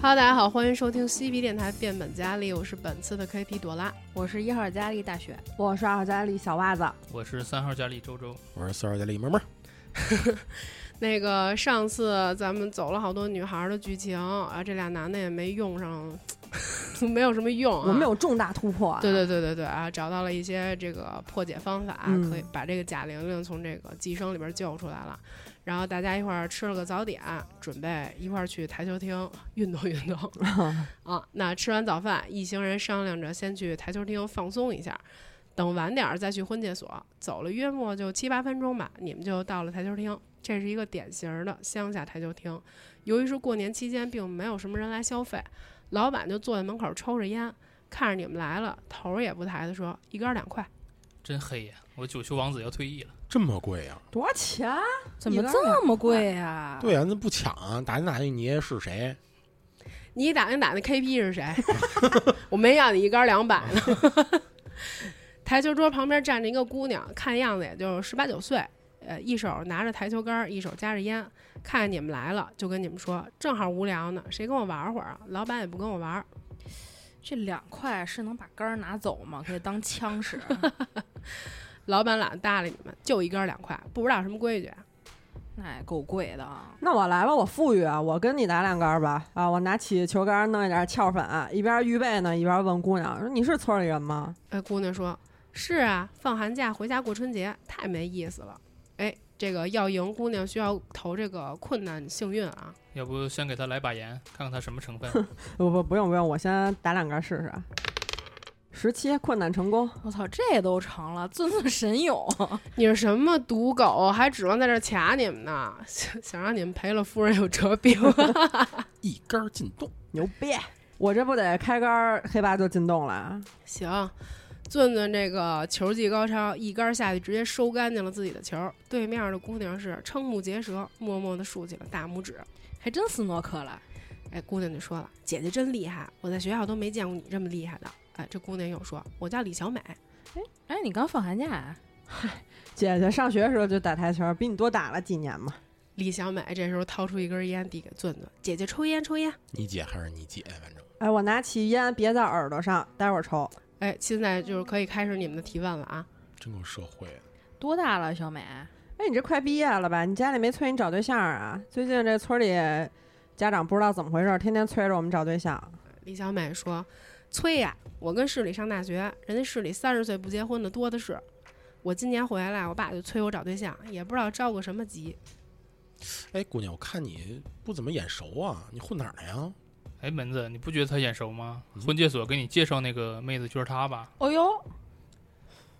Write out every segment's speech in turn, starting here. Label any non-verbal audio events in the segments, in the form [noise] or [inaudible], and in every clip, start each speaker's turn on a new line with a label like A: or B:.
A: Hello，大家好，欢迎收听西皮电台变本加厉，我是本次的 KP 朵拉。
B: 我是一号佳丽大雪，
C: 我是二佳丽小袜子，
D: 我是三号佳丽周周，
E: 我是四号佳丽萌萌，
A: 那个上次咱们走了好多女孩儿的剧情啊，这俩男的也没用上， [laughs] 没有什么用、啊。
C: 我们有重大突破、啊。
A: 对对对对对啊，找到了一些这个破解方法，
C: 嗯
A: 啊可以把这个贾玲玲从这个寄生里边救出来了。然后大家一块儿吃了个早点，准备一块儿去台球厅运动运
B: [laughs]
A: 动啊。那吃完早饭，一行人商量着先去台球厅放松一下，等晚点儿再去婚介所。走了约莫就七八分钟吧，你们就到了台球厅。这是一个典型儿的乡下台球厅，由于是过年期间，并没有什么人来消费，老板就坐在门口抽着烟，看着你们来了，头儿也不抬的说：“一杆儿两块。
D: 真黑呀！我九球王子要退役了，
E: 这么贵呀、
C: 多少钱啊？
B: 怎么这么
C: 哎
B: 贵呀、
E: 对呀、那不抢啊？打听打听你爷爷是谁？”
A: 你打听打听 KP 是谁？ [laughs] 我没要你一杆儿两百呢。 [laughs] 台球桌旁边站着一个姑娘，看样子也就十八九岁，呃，一手拿着台球杆儿，一手夹着烟，看见你们来了，就跟你们说：“正好无聊呢，谁跟我玩会儿啊？”老板也不跟我玩儿，
B: 这两块是能把杆儿拿走吗？可以当枪使。啊 [laughs]
A: 老板懒得搭理你们，就一根儿两块，不知道什么规矩。啊
B: 那也够贵的啊！
C: 那我来吧，我富裕啊，我跟你打两杆儿吧。啊，我拿起球杆儿弄一点翘粉，一边预备呢，一边问姑娘说：“你是村里人吗
A: 哎，姑娘说：“是啊，放寒假回家过春节，太没意思了。”哎，这个要赢姑娘需要投这个困难幸运啊。
D: 要不先给他来把盐，看看他什么成分。？”
C: 呃不不不用不用，我先打两杆儿试试。十七困难成功，
B: 我操，这都成了，尊尊神勇。
A: 你是什么赌狗，还指望在这儿卡你们呢？想想让你们赔了夫人有折兵。 [laughs]
E: 一杆儿进洞，
C: 牛逼！我这不得开杆儿，黑八就进洞了。啊
A: 行，俊俊这个球技高超，一杆下去直接收干净了自己的球。对面的姑娘是瞠目结舌，默默地竖起了大拇指。
B: [laughs] 还真斯诺克了，
A: 哎，姑娘就说了：“姐姐真厉害，我在学校都没见过你这么厉害的。”哎，这姑娘又说：“我叫李小美。”
B: 哎，你刚放寒假啊？
C: 姐姐上学的时候就打台球，比你多打了几年嘛。
A: 李小美这时候掏出一根烟递给俊俊，姐姐抽烟抽烟。
E: 你姐还是你姐，反正
C: 哎，我拿起烟别在耳朵上，待会儿抽。
A: 哎，现在就是可以开始你们的提问了啊！
E: 真够社会的。
B: 多大了，小美？
C: 哎，你这快毕业了吧？你家里没催你找对象啊？最近这村里家长不知道怎么回事，天天催着我们找对象。
A: 李小美说：“催呀，我跟市里上大学，人家市里三十岁不结婚的多的是。我今年回来，我爸就催我找对象，也不知道着个什么急。
E: 哎，姑娘，我看你不怎么眼熟啊，你混哪儿的呀？
D: 哎，门子，你不觉得他眼熟吗？婚介所给你介绍那个妹子就是他吧？
B: 哦呦，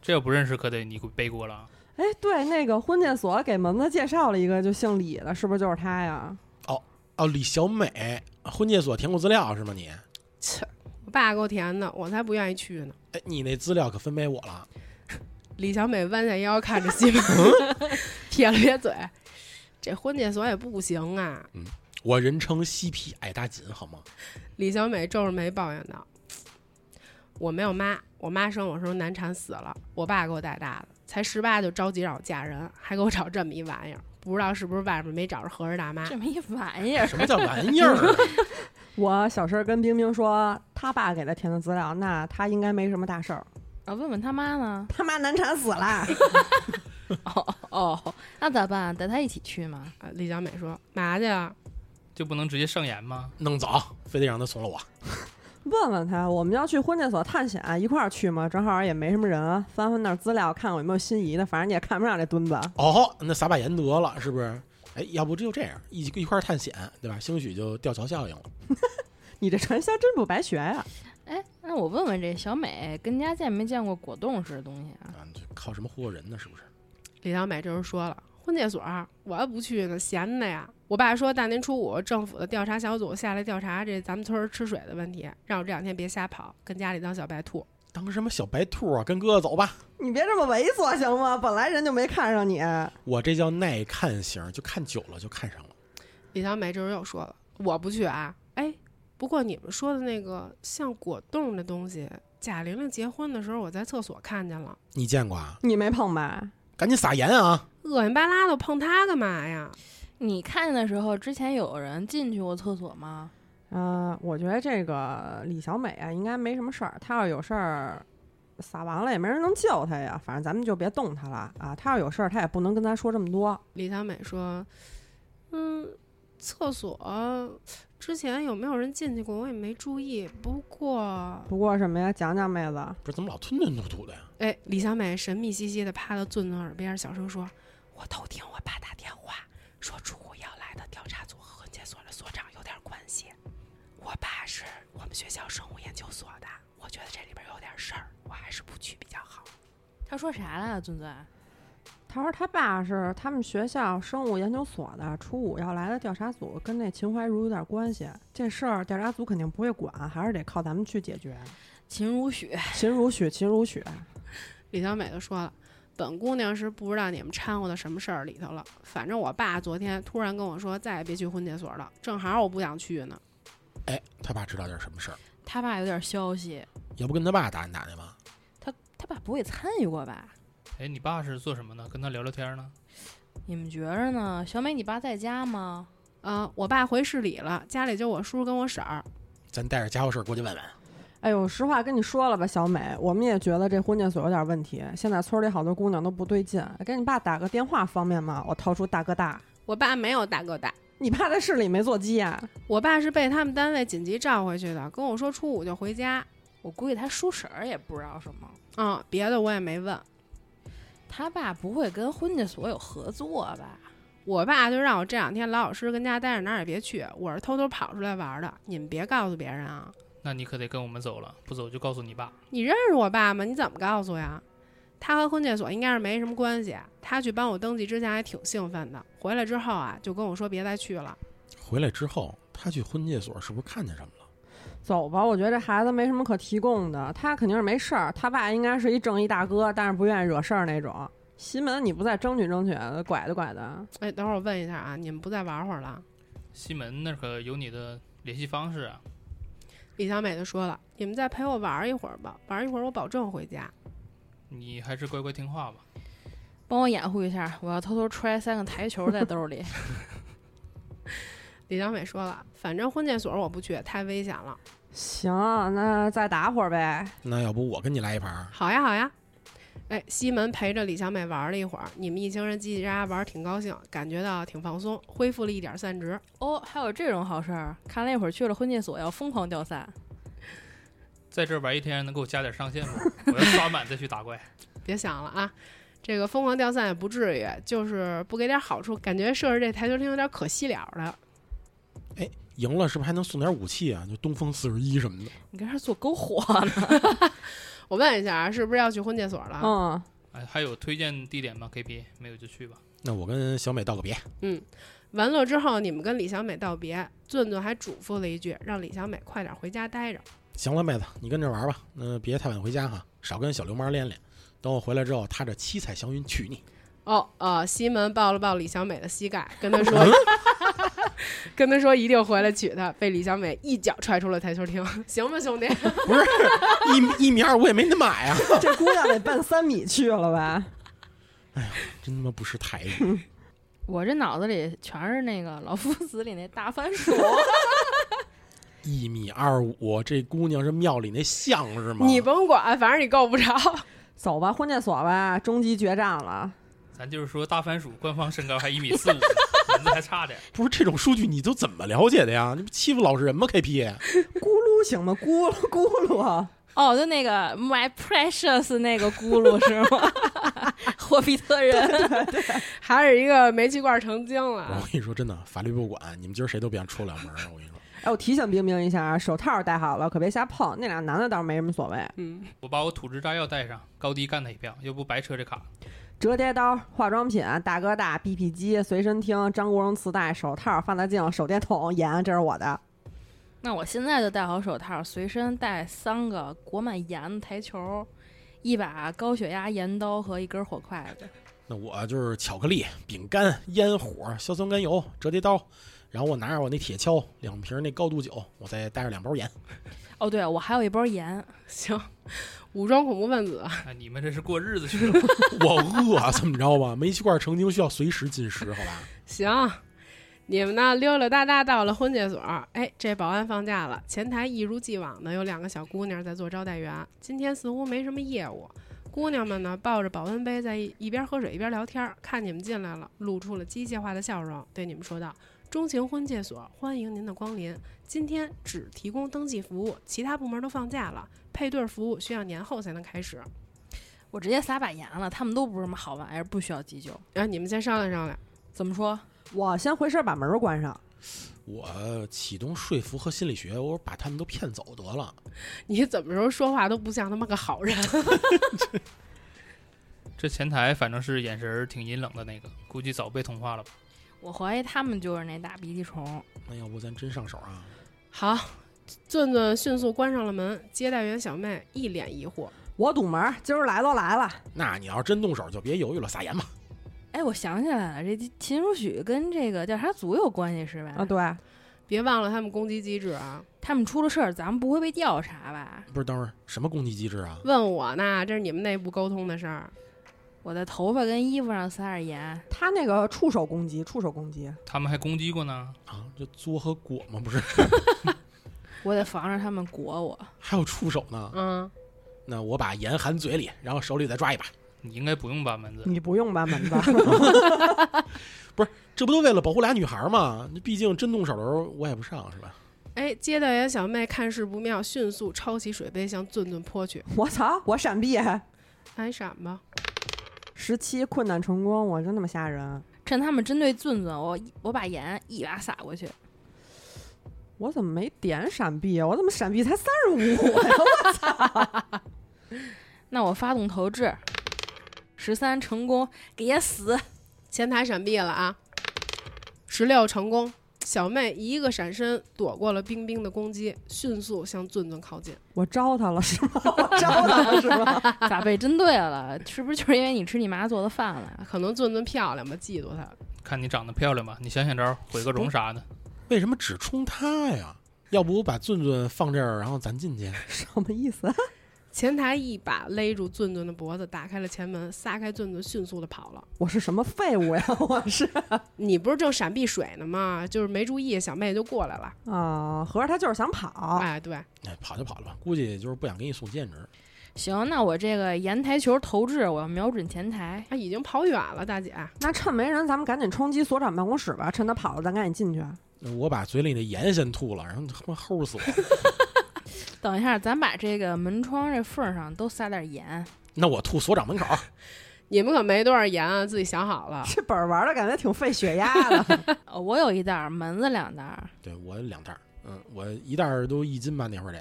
D: 这要不认识可得你背锅了。
C: 哎，对，那个婚介所给门子介绍了一个就姓李的，是不是就是他呀？
E: 哦，李小美，婚介所填过资料是吗？你，
A: 切，我爸给我填的，我才不愿意去呢。
E: 哎，你那资料可分给我了。”
A: 李小美弯下腰看着西门， [laughs] 撇了撇嘴：“这婚介所也不行啊。
E: 我人称西皮矮大紧，好吗？”
A: 李小美皱着眉抱怨道：“我没有妈，我妈生我时候难产死了，我爸给我带大的，才十八就着急让我嫁人，还给我找这么一玩意儿，不知道是不是外面没找着合适大妈。
B: [laughs] 这么一玩意儿，
E: 什么叫玩意儿啊？
C: 我小时候跟冰冰说，他爸给他填的资料，那他应该没什么大事儿。 [laughs]
B: 啊，问问他妈呢？
C: 他妈难产死了， [laughs]
B: 哦 [laughs] 哦，那咋办？带他一起去吗？
A: 呃李小美说：“嘛去啊？
D: 就不能直接上盐吗？
E: 弄走，非得让他送了我。
C: 问问他，我们要去婚介所探险，啊一块儿去吗？正好也没什么人，啊翻翻那儿资料，看看有没有心仪的，反正你也看不上这墩子。
E: 哦，那撒把盐得了，是不是？哎，要不就这样，一一块儿探险，对吧？兴许就吊桥效应了。
C: 你这传销真不白学啊呀、
B: 哎，那我问问这小美跟家见没见过果冻似的东西啊？
E: 啊，你这靠什么忽悠人呢？是不是？
A: 李小美这时候说了：“婚介所儿我要不去呢，闲的呀。我爸说大年初五政府的调查小组下来调查这咱们村儿吃水的问题，让我这两天别瞎跑，跟家里当小白兔。
E: 当什么小白兔啊？跟哥哥走吧，
C: 你别这么猥琐行吗？本来人就没看上你，
E: 我这叫耐看型，就看久了就看上了。”
A: 李小美这时候又说了：“我不去啊。”哎，不过你们说的那个像果冻的东西，贾玲玲结婚的时候我在厕所看见了，
E: 你见过啊？
C: 你没碰吧？
E: 赶紧撒盐啊！
A: 恶心巴拉的，我碰它干嘛呀？
B: 你看见的时候，之前有人进去过厕所吗？
C: 嗯、我觉得这个李小美啊，应该没什么事儿。她要有事儿，撒完了也没人能救她呀。反正咱们就别动她了啊。她要有事儿，她也不能跟咱说这么多。
A: 李小美说：“嗯，厕所之前有没有人进去过，我也没注意。不过，
C: 不过什么呀？讲讲妹子，
E: 不是怎么老吞吞吐吐的呀？
A: 哎，李小美神秘兮兮的趴到俊子耳边，小声说：‘我偷听我爸打电话说，出乎要来的调查组和婚介所的所长有点关系。我爸是我们学校生物研究所的，我觉得这里边有点事儿，我还是不去比较好。’
B: 他说啥了，啊尊尊？
C: 她说她爸是他们学校生物研究所的，初五要来的调查组跟那秦怀茹有点关系。这事儿调查组肯定不会管，还是得靠咱们去解决。
B: 秦如许，
C: 秦如许，秦如许，
A: 李小美就说了：“本姑娘是不知道你们掺和到什么事儿里头了。反正我爸昨天突然跟我说，再也别去婚介所了。正好我不想去呢。
E: 哎，他爸知道点什么事儿，
B: 他爸有点消息，
E: 要不跟他爸打听打听吧？
B: 他他爸不会参与过吧？
D: 哎，你爸是做什么呢？跟他聊聊天呢？
B: 你们觉着呢？小美，你爸在家吗？
A: 嗯、我爸回市里了，家里就我叔跟我婶儿。
E: 咱带着家伙事儿过去问问。
C: 哎呦，实话跟你说了吧，小美，我们也觉得这婚介所有点问题。现在村里好多姑娘都不对劲，给你爸打个电话方便吗？我掏出大哥大，
A: 我爸没有大哥大，
C: 你爸在市里没座机啊呀、
A: 我爸是被他们单位紧急召回去的，跟我说初五就回家。
B: 我估计他叔婶儿也不知道什么。
A: 嗯，别的我也没问。
B: 他爸不会跟婚介所有合作吧？
A: 我爸就让我这两天老老实实跟家待着，哪儿也别去。我是偷偷跑出来玩的，你们别告诉别人啊。
D: 那你可得跟我们走了，不走就告诉你爸。
A: 你认识我爸吗？你怎么告诉呀？他和婚介所应该是没什么关系。他去帮我登记之前还挺兴奋的，回来之后啊，就跟我说别再去了。
E: 回来之后，他去婚介所是不是看见什么了？
C: 走吧，我觉得这孩子没什么可提供的，他肯定是没事儿。他爸应该是一正义大哥，但是不愿意惹事儿那种。西门，你不再争取争取，拐的拐的。
A: 哎，等会儿我问一下啊，你们不再玩会儿了？
D: 西门那可有你的联系方式啊。
A: 李小美就说了：“你们再陪我玩一会儿吧，玩一会儿我保证回家。
D: 你还是乖乖听话吧。
B: 帮我掩护一下，我要偷偷揣三个台球在兜里。” [laughs]
A: 李小美说了：“反正婚介所我不去，太危险了。
C: 行，那再打会儿呗。
E: 那要不我跟你来一盘儿”？
A: 好呀，好呀。哎，西门陪着李小美玩了一会儿，你们一行人叽叽喳喳玩儿挺高兴，感觉到挺放松，恢复了一点散值。
B: 哦，还有这种好事儿！看来一会儿去了婚介所要疯狂掉散。
D: 在这儿玩一天，能给我加点上限吗？我要刷满再去打怪。
A: 别想了啊，这个疯狂掉散也不至于，就是不给点好处，感觉设置这台球厅有点可惜了的。
E: 赢了是不是还能送点武器啊？就东风四十一什么的。
B: 你跟这儿做篝火呢？ [laughs]
A: 我问一下啊，是不是要去婚介所了？
C: 嗯， [laughs]
D: 哎，还有推荐地点吗？KP 没有就去吧。
E: 那我跟小美道个别。
A: 完了之后，你们跟李小美道别，顿顿还嘱咐了一句，让李小美快点回家待着。
E: 行了，妹子，你跟这玩吧，那、别太晚回家哈，少跟小流氓练练。等我回来之后，他这七彩祥云娶你。
A: 哦，呃，西门抱了抱李小美的膝盖，跟她说， [laughs] 跟她说一定回来娶她，被李小美一脚踹出了台球厅， [laughs] 行吧，兄弟？
E: 不是一一米二五也没那么矮啊！
C: 这姑娘得奔三米去了吧？
E: 真他妈不识抬举。
B: 我这脑子里全是那个老夫子里那大番薯。
E: 一米二五，这姑娘是庙里那像是吗？
A: 你甭管，反正你够不着。
C: 走吧，婚介所吧，终极决战了。
D: 咱就是说，大番薯官方身高还一米四五，咱这还差点。
E: 不是这种数据，你都怎么了解的呀？你不欺负老实人吗？KP，
C: 咕噜行吗？咕噜咕噜，啊
B: 哦，就那个 My Precious 那个咕噜是吗？ [laughs] 霍比特人，
A: 还是一个煤气罐成精
E: 我
A: 了。
E: 跟你说真的，法律不管，你们今儿谁都别想出不了门儿。我跟你说，
C: 哎，我提醒冰冰一下啊，手套戴好了，可别瞎碰。那俩男的倒是没什么所谓。
A: 嗯，
D: 我把我土制炸药带上，高低干他一票，要不白车这卡。
C: 折叠刀、化妆品、大哥大、BP 机、随身听、张国荣磁带、手套、放大镜、手电筒、盐，这是我的。
B: 那我现在就戴好手套，随身带三个裹满盐的台球，一把高血压盐刀和一根火筷子。
E: 那我就是巧克力、饼干、烟火、硝酸甘油、折叠刀，然后我拿着我那铁锹、两瓶那高度酒，我再带着两 [laughs] 包盐。
B: 哦，对，我还有一包盐。
A: 行，武装恐怖分子，
D: 哎，你们这是过日子去了吗？
E: 啊我饿、怎么着吧？煤气罐成精需要随时进食，好吧？
A: 行，你们呢溜溜达达到了婚介所儿，哎，这保安放假了，前台一如既往的有两个小姑娘在做招待员。今天似乎没什么业务，姑娘们呢抱着保温杯在一一边喝水一边聊天儿，看你们进来了，露出了机械化的笑容，对你们说道：“钟情婚介所欢迎您的光临，今天只提供登记服务，其他部门都放假了，配对服务需要年后才能开始。
B: 我直接撒把盐了，他们都不是什么好玩意儿，不需要急救。
A: 然后啊你们先商量商量。
B: 怎么说？
C: 我先回身把门儿关上。
E: 我启动说服和心理学，我说把他们都骗走得了。
A: 你怎么时候说话都不像他妈个好人。
D: 这前台反正是眼神儿挺阴冷的那个，估计早被同化了吧？
B: 我怀疑他们就是那大鼻涕虫。
E: 那要不咱真上手啊？
A: 好，顿顿迅速关上了门。接待员小妹一脸疑惑，
C: 我堵门儿，今儿来都来了，
E: 那你要是真动手，就别犹豫了，撒盐吧。
B: 哎，我想起来了，这秦如许跟这个调查组有关系是吧？
C: 啊，对，
A: 别忘了他们攻击机制啊！
B: 他们出了事儿，咱们不会被调查吧？
E: 不是，等会儿什么攻击机制啊？
A: 问我呢，这是你们内部沟通的事儿。
B: 我的头发跟衣服上撒点盐，
C: 他那个触手攻击，触手攻击，
D: 他们还攻击过呢。
E: 啊，这作和果吗？不 [laughs] 是，
B: 我得防着他们裹我。
E: 还有触手呢。
A: 嗯，
E: 那我把盐含嘴里，然后手里再抓一把，
D: 你应该不用把门子，
C: 你不用吧，门子。 [laughs]
E: 这不都为了保护俩女孩吗？那毕竟真动手的时候我也不上，是吧？
A: 哎，接待员小妹看势不妙，迅速抄起水杯向顿顿泼去。
C: 我操，我闪避，
A: 那你闪吧，
C: 十七困难成功，我真他妈吓人。
B: 趁他们针对俊俊，我我把盐一把撒过去。
C: 我怎么没点闪避啊？我怎么闪避才三十五 [laughs] 呀？
B: 那我发动投掷，十三成功，给死！
A: 前台闪避了啊！十六成功，小妹一个闪身躲过了冰冰的攻击，迅速向顿顿靠近。
C: 我招他了是吗？我招他了是 [laughs] 吗？
B: 咋被针对了？是不是就是因为你吃你妈做的饭了？
A: 可能顿顿漂亮吧，嫉妒她。
D: 看你长得漂亮吧，你想想招儿，毁个容啥的。
E: 为什么只冲他呀？要不我把顿顿放这儿，然后咱进去？
C: 什么意思？
A: 前台一把勒住顿顿的脖子，打开了前门，撒开顿顿，迅速的跑了。
C: 我是什么废物呀？ [laughs] 我是
A: 你不是正闪避水呢吗？就是没注意，小妹就过来了。
C: 啊，合着他就是想跑。
A: 哎，对，
E: 哎，跑就跑了吧，估计就是不想给你送兼职。
B: 行，那我这个盐台球投掷，我要瞄准前台。
A: 啊，已经跑远了，大姐。
C: 那趁没人，咱们赶紧冲击所长办公室吧。趁他跑了，咱赶紧进去。
E: 我把嘴里的盐先吐了，然后他妈齁死我。
B: 等一下，咱把这个门窗这缝儿上都撒点盐。
E: 那我吐所长门口，
A: 你们可没多少盐啊，自己想好了。
C: 这本儿玩的感觉挺费血压的。
B: 呃我有一袋儿，门子两袋儿。
E: 对我两袋儿，嗯，我一袋儿都一斤吧，那会儿得。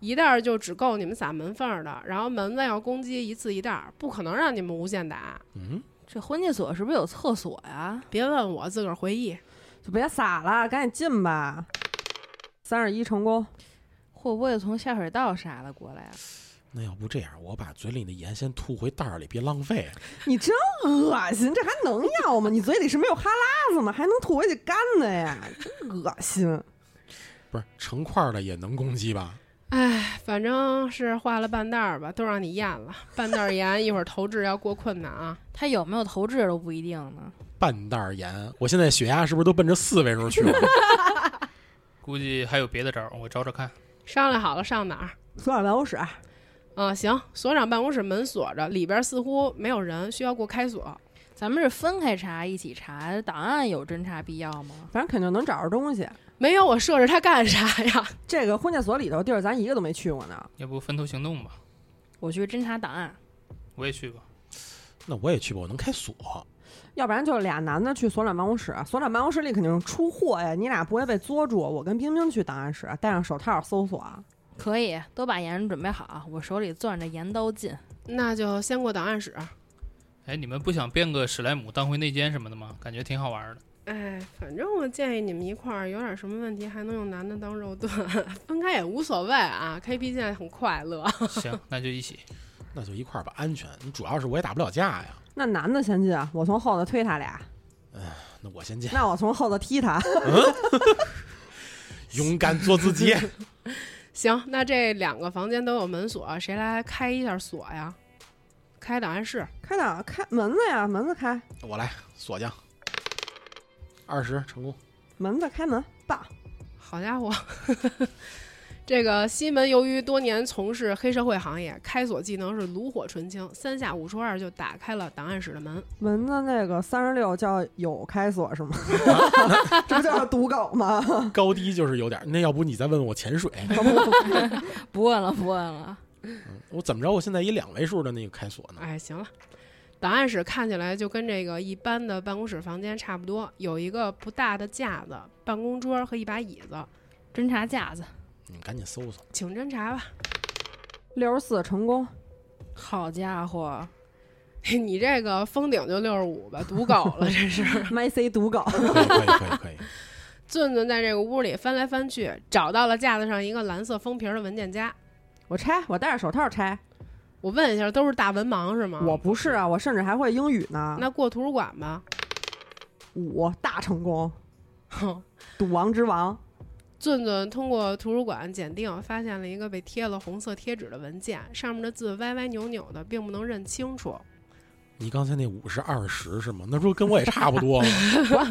A: 一袋儿就只够你们撒门缝儿的，然后门子要攻击一次一袋儿，不可能让你们无限打。
E: 嗯，
B: 这婚介所是不是有厕所呀？
A: 别问我，自个儿回忆。
C: 就别撒了，赶紧进吧。三十一成功，
B: 会不会从下水道啥的过来啊？
E: 那要不这样，我把嘴里的盐先吐回袋儿里，别浪费。
C: 你真恶心，这还能要吗？你嘴里是没有哈喇子吗？还能吐回去干的呀？真恶心！
E: 不是成块儿的也能攻击吧？
A: 哎，反正是化了半袋儿吧，都让你咽了。半袋儿盐，一会儿投掷要过困难啊。
B: 他有没有投掷都不一定呢。
E: 半袋儿盐，我现在血压是不是都奔着四位数去了？ [laughs]
D: 估计还有别的招儿，我找找看。
A: 商量好了上哪儿？
C: 所长办公室，哎
A: 啊、行，所长办公室门锁着，里边似乎没有人，需要过开锁。
B: 咱们是分开查，一起查，档案有侦查必要吗？
C: 反正肯定能找着东西。
A: 没有我设置它干啥呀？
C: 这个婚介所里头地儿，咱一个都没去过呢。
D: 要不分头行动吧？
B: 我去侦查档案，
D: 我也去吧。
E: 那我也去吧，我能开锁。
C: 要不然就俩男的去所长办公室，所长办公室里肯定出货呀，你俩不会被捉住。我跟冰冰去档案室，戴上手套搜索。
B: 可以，都把盐准备好，我手里攥着盐刀劲。
A: 那就先过档案室。
D: 哎，你们不想变个史莱姆当回内奸什么的吗？感觉挺好玩儿的。
A: 哎，反正我建议你们一块儿有点什么问题，还能用男的当肉盾，分开也无所谓啊。KP 现在很快乐， [laughs]
D: 行，那就一起。
E: 那就一块儿吧，安全。你主要是我也打不了架呀。
C: 那男的先进，我从后头推他俩，
E: 那我 [laughs] 先进，嗯
C: 那我从后头踢他。
E: 勇敢做自己。
A: 行，那这两个房间都有门锁，谁来开一下锁呀？开档案室，
C: 开档，开门子呀，门子开。
E: 我来，锁匠。二十成功。
C: 门子开门，棒！
A: 好家伙， [laughs] 这个西门由于多年从事黑社会行业，开锁技能是炉火纯青，三下五除二就打开了档案室的门。
C: 门子那个三十六叫有开锁是吗？ [laughs] 这不叫赌狗吗？ [laughs]
E: 高低就是有点儿。那要不你再问我潜水，
B: 不问了，不问了。
E: 嗯我怎么着？我现在一两位数的那个开
C: 嗯
E: 锁呢？
A: 哎，行了，档案室看起来就跟这个一般的办公室房间差不多，有一个不大的架子、办公桌和一把椅子，
B: 侦查架子，
E: 你赶紧搜搜。 [laughs]
A: 请侦查吧。 [laughs]
C: 六十四成功，
B: 好家伙，
A: 你这个封顶就六十五吧，赌狗了，这是。 [laughs]
C: 麦 C 赌狗，
E: 可以可以可以可以。
A: 俊俊在这个屋里翻来翻去，找到了架子上一个蓝色封皮儿的文件夹。
C: 我拆，我戴着手套拆。
A: 我问一下，都是大文盲是吗？
C: 我不是啊，我甚至还会英语呢。
A: 那过图书馆吧。
C: 五大成功，
A: 哼，
C: 赌王之王，
A: 俊俊通过图书馆检定，发现了一个被贴了红色贴纸的文件，上面的字歪歪扭扭的，并不能认清楚。
E: 你刚才那五是二十是吗？那不跟我也差不多吗？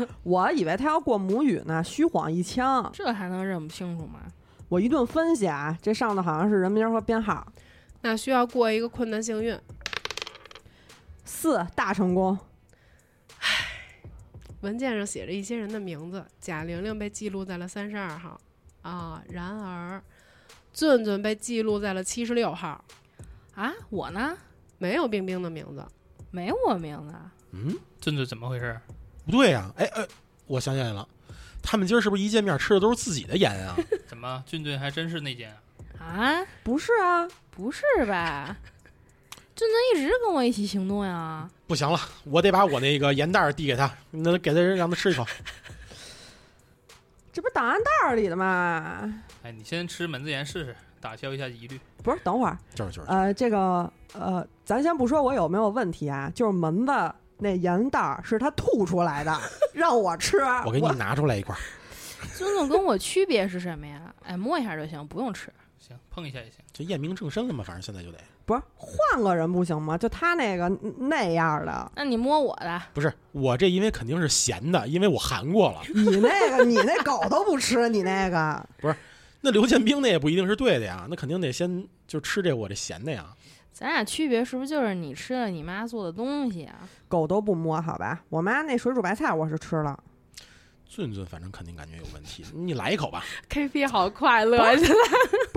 E: [laughs]
C: 我以为他要过母语呢，虚晃一枪。
B: 这还能认不清楚吗？
C: 我一顿分析啊，这上头好像是人名和编号。
A: 那需要过一个困难幸运，
C: 四大成功，
A: 文件上写着一些人的名字，贾玲玲被记录在了三十二号，啊，然而俊俊被记录在了七十六号，
B: 啊，我呢，
A: 没有冰冰的名字。
B: 没我名字啊，
E: 嗯，
D: 俊俊怎么回事？
E: 不对呀、哎哎，我想起来了，他们今儿是不是一见面吃的都是自己的盐 [laughs] 啊？
D: 怎么俊俊还真是内奸啊？
B: 啊，
C: 不是啊，
B: 不是吧？俊俊一直跟我一起行动呀，
E: 不行了，我得把我那个盐袋儿递给他，那给他让他吃一口。
C: 这不是档案袋儿里的吗？
D: 哎，你先吃门子盐试试，打消一下疑虑。
C: 不是，等会儿，
E: 就是就是，
C: 呃，这个呃，咱先不说我有没有问题啊，就是门子那盐袋儿是他吐出
E: [laughs]
C: 来的，让我吃，
E: 我给你拿出来一 [laughs] 块儿。
B: 俊俊跟我区别是什么呀？哎，摸一下就行，不用吃。
D: 行，碰一下也行。
E: 这验明正身了嘛，反正现在就得
C: 不是换个人不行吗？就他那个那样的，
B: 那你摸我的，
E: 不是我这，因为肯定是咸的，因为我含过 [laughs] 了。
C: 你那个你那狗都不吃，你那个
E: 那刘建兵那也不一定是对的呀，那肯定得先就吃这我这咸的呀。
B: 咱俩区别是不是就是你吃了你妈做的东西啊？
C: 狗都不摸，好吧？我妈那水煮白菜我是吃了，
E: 俊俊反正肯定感觉有问题，你来一口吧。
A: KP 好快乐，
C: 不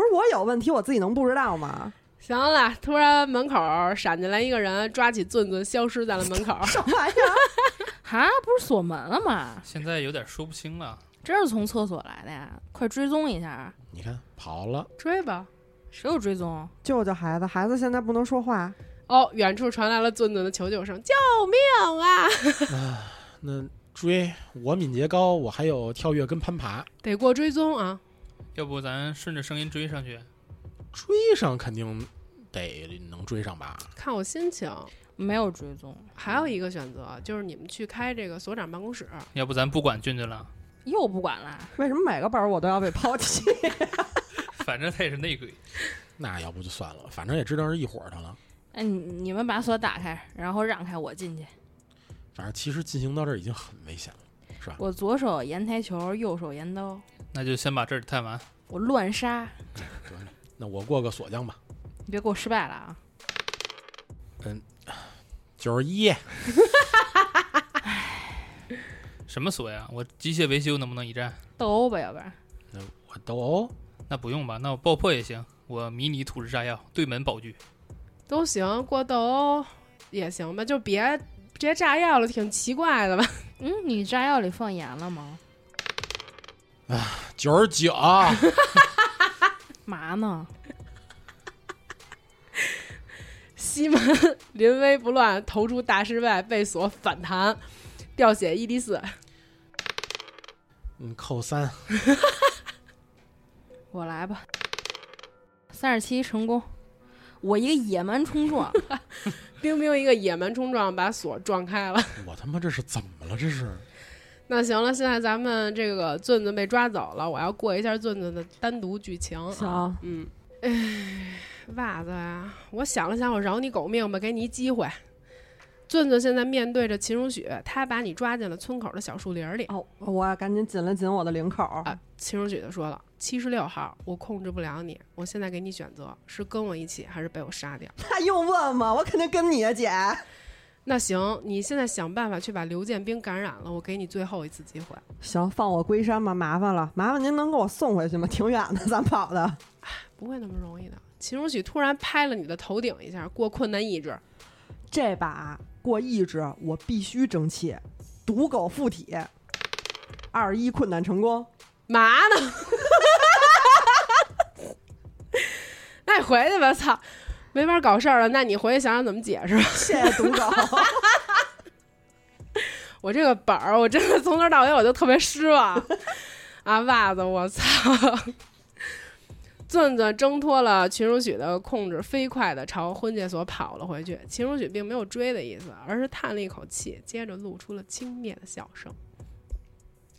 C: 是我有问题，我自己能不知道吗？
A: [laughs] 行了，突然门口闪进来一个人，抓起俊俊，消失在了门口。
C: 什么玩意儿？
B: 哈，不是锁门了吗？
D: 现在有点说不清了。
B: 真是从厕所来的呀！快追踪一下啊，
E: 你看跑了，
A: [laughs] 追吧！
B: 谁有追踪？
C: 救救孩子，孩子现在不能说话，
A: 哦，远处传来了俊俊的求救声：“救命啊！
E: 那追我敏捷高，我还有跳跃跟攀爬，
A: 得过追踪啊
D: 要不咱顺着声音追上去？
E: 追上肯定得能追上吧？！”
A: 看我心情。
B: 没有追踪，
A: 还有一个选择就是你们去开这个所长办公室。
D: 要不咱不管俊俊了，
B: 又不管了。
C: 为什么每个本儿我都要被抛弃？
D: 反正他也是内鬼。
E: 那要不就算了，反正也知道是一伙儿的了。
B: 哎，你你们把锁打开，然后让开我进去。
E: 反正其实进行到这儿已经很危险了。
B: 我左手沿台球，右手沿刀，
D: 那就先把这儿探完。
B: 我乱杀，
E: 那我过个锁匠吧，
B: 你别给我失败了啊！
E: 九十一，
D: 什么锁呀？我机械维修能不能一战？
B: 斗殴吧，要不然
E: 那我斗殴，
D: 那不用吧，那我爆破也行。我迷你土制炸药，对门宝具。
A: 都行，过斗殴也行吧，就别直接炸药了，挺奇怪的吧？ [laughs]
B: 嗯，你炸药里放盐了吗？
E: 九十九，
B: 嘛呢？
A: 西门临危不乱，投出大失败，被锁反弹，掉血一滴四。
E: 嗯，扣三，
B: 我来吧，三十七成功，我一个野蛮冲撞， [laughs]
A: 冰冰一个野蛮冲撞，把锁撞开了。 [laughs]
E: 我他妈这是怎么了？这是
A: 那行了，现在咱们这个俊俊被抓走了，我要过一下俊俊的单独剧情、啊。
C: [laughs] 行，
A: 嗯，哎，袜子呀、我想了想，我饶你狗命吧，给你一机会。顿顿现在面对着秦如许，他把你抓进了村口的小树林儿里。
C: 哦，我赶紧紧了紧我的领口。
A: 啊，秦如许就说了：“七十六号，我控制不了你，我现在给你选择，是跟我一起，还是被我杀掉？
C: 他用问吗？我肯定跟你啊，姐。
A: 那行，你现在想办法去把刘建兵感染了，我给你最后一次机会。
C: 行，放我归山吧，麻烦了，麻烦您能给我送回去吗？挺远的，咱跑的。
A: 不会那么容易的。”秦如许突然拍了你的头顶一下，过困难意志。
C: 这把过意志，我必须争气，赌狗附体，二一困难成功。
A: 嘛呢？ [laughs] 那你回去吧，操，没法搞事儿了。那你回去想想怎么解释吧。
C: 谢谢赌 [laughs] 狗。
A: 我这个本儿，我真的从头到尾我就特别失望啊！袜子，我操！钻钻挣脱了秦如许的控制，飞快地朝婚介所跑了回去。秦如许并没有追的意思，而是叹了一口气，接着露出了轻蔑的笑声。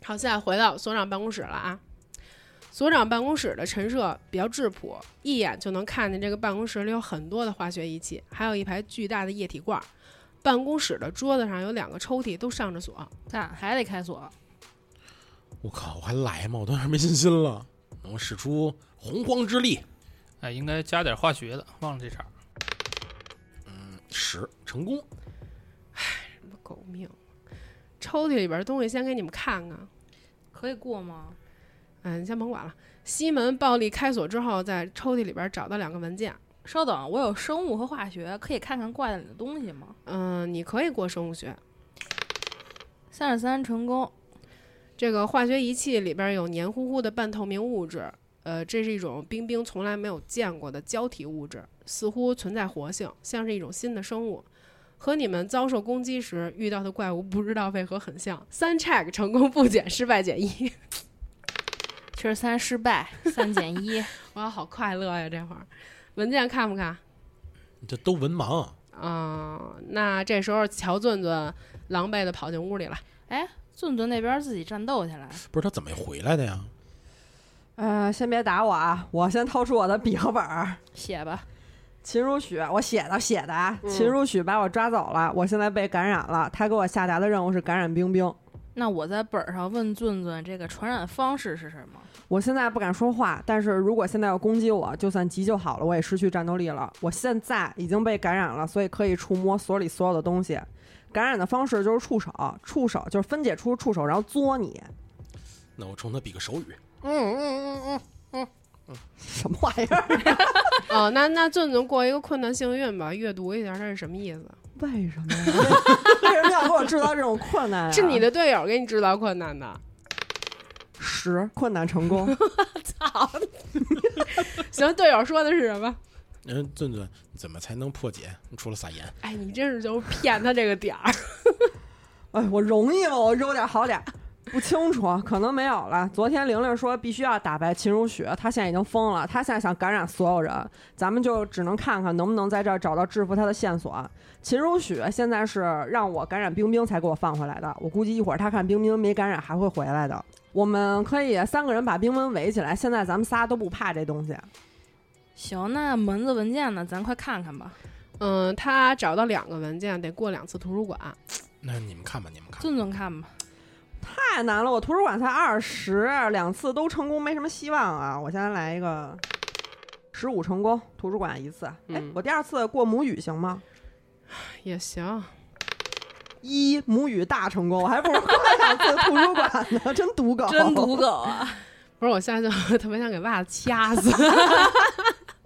A: 好，现在回到所长办公室了啊！所长办公室的陈设比较质朴，一眼就能看见这个办公室里有很多的化学仪器，还有一排巨大的液体罐儿。办公室的桌子上有两个抽屉，都上着锁。
B: 那还得开锁。
E: 我靠，我还来吗？我都有点没信心了。我使出洪荒之力，
D: 哎，应该加点化学的，忘了这茬儿。
E: 使成功。
A: 什么狗命！抽屉里边东西先给你们看看，
B: 可以过吗？
A: 嗯，你先甭管了。西门暴力开锁之后，在抽屉里边找到两个文件。
B: 稍等，我有生物和化学，可以看看挂在里的东西吗？
A: 嗯、你可以过生物学。
B: 三十三成功，
A: 这个化学仪器里边有黏糊糊的半透明物质，呃，这是一种冰冰从来没有见过的胶体物质，似乎存在活性，像是一种新的生物。和你们遭受攻击时遇到的怪物不知道为何很像。三 check 成功不减，失败减一。
B: 七十三失败，三减一。 [laughs]
A: 哇，好快乐呀！这会儿文件看不看？
E: 你这都文盲啊，
A: 啊、那这时候乔顿顿狼狈的跑进屋里了。
B: 顿顿那边自己战斗去了，
E: 不是他怎么回来的呀？
C: 呃，先别打我啊，我先掏出我的笔和本儿。
B: 写吧。
C: 秦如许，我写的写的啊，
A: 嗯
C: 秦如许把我抓走了，我现在被感染了。他给我下达的任务是感染冰冰。
B: 那我在本儿上问顿顿这个传染方式是什么？
C: 我现在不敢说话，但是如果现在要攻击我，就算急救好了，我也失去战斗力了。我现在已经被感染了，所以可以触摸所里所有的东西。感染的方式就是触手，触手就是分解出触手，然后作你。
E: 那我冲他比个手语，
A: 嗯
C: 什么玩意儿？
A: 哦，那那顿顿过一个困难幸运吧，阅读一下它是什么意思。
C: [laughs] 为什么呀？ [laughs] 为什么要给我制造这种困难、啊？
A: 是你的队友给你制造困难的。
C: 十困难成功。
A: 行，队友说的是什么？
E: 嗯，顿顿，你怎么才能破解？除了撒盐，
A: [laughs] 哎，你真是就是骗他这个点儿。
C: 哎，我容易吗？我揉点好点儿。不清楚，可能没有了。昨天玲玲说必须要打败秦如雪，她现在已经疯了，她现在想感染所有人，咱们就只能看看能不能在这儿找到制服她的线索。秦如雪现在是让我感染冰冰才给我放回来的，我估计一会儿她看冰冰没感染还会回来的。我们可以三个人把冰冰围起来，现在咱们仨都不怕这东西。
B: 行，那门子文件呢？咱快看看吧。
A: 嗯，他找到两个文件，得过两次图书馆。
E: 那你们看吧，你们看吧。
B: 顿顿看吧。
C: 太难了，我图书馆才二十，两次都成功，没什么希望啊！我现在来一个十五成功，图书馆一次。哎、
A: 嗯
C: 我第二次过母语行吗？
A: 也行，
C: 一母语大成功，我还不如过两次图书馆呢， [laughs] 真赌狗，
B: 真赌狗啊！
A: 不是，我现在就 [laughs] 特别想给袜子掐死。 [laughs]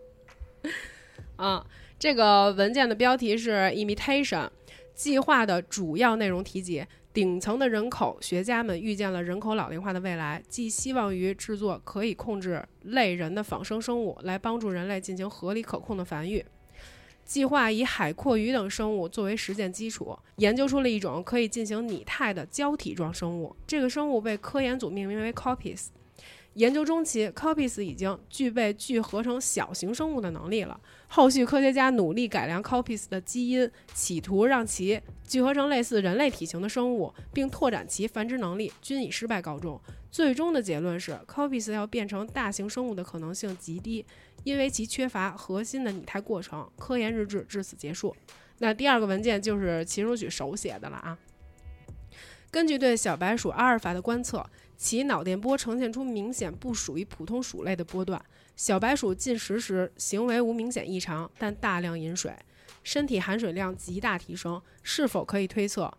A: 啊，这个文件的标题是 “Imitation”，计划的主要内容提及顶层的人口学家们预见了人口老龄化的未来，寄希望于制作可以控制类人的仿生生物，来帮助人类进行合理可控的繁育。计划以海阔鱼等生物作为实践基础，研究出了一种可以进行拟态的胶体状生物。这个生物被科研组命名为 Copies。研究中期，Copies 已经具备聚合成小型生物的能力了。后续科学家努力改良 Copies 的基因，企图让其聚合成类似人类体型的生物，并拓展其繁殖能力，均以失败告终。最终的结论是，Copies 要变成大型生物的可能性极低，因为其缺乏核心的拟态过程。科研日志至此结束。那第二个文件就是秦如许手写的了啊。根据对小白鼠阿尔法的观测，其脑电波呈现出明显不属于普通鼠类的波段。小白鼠进食时行为无明显异常，但大量饮水，身体含水量极大提升。是否可以推测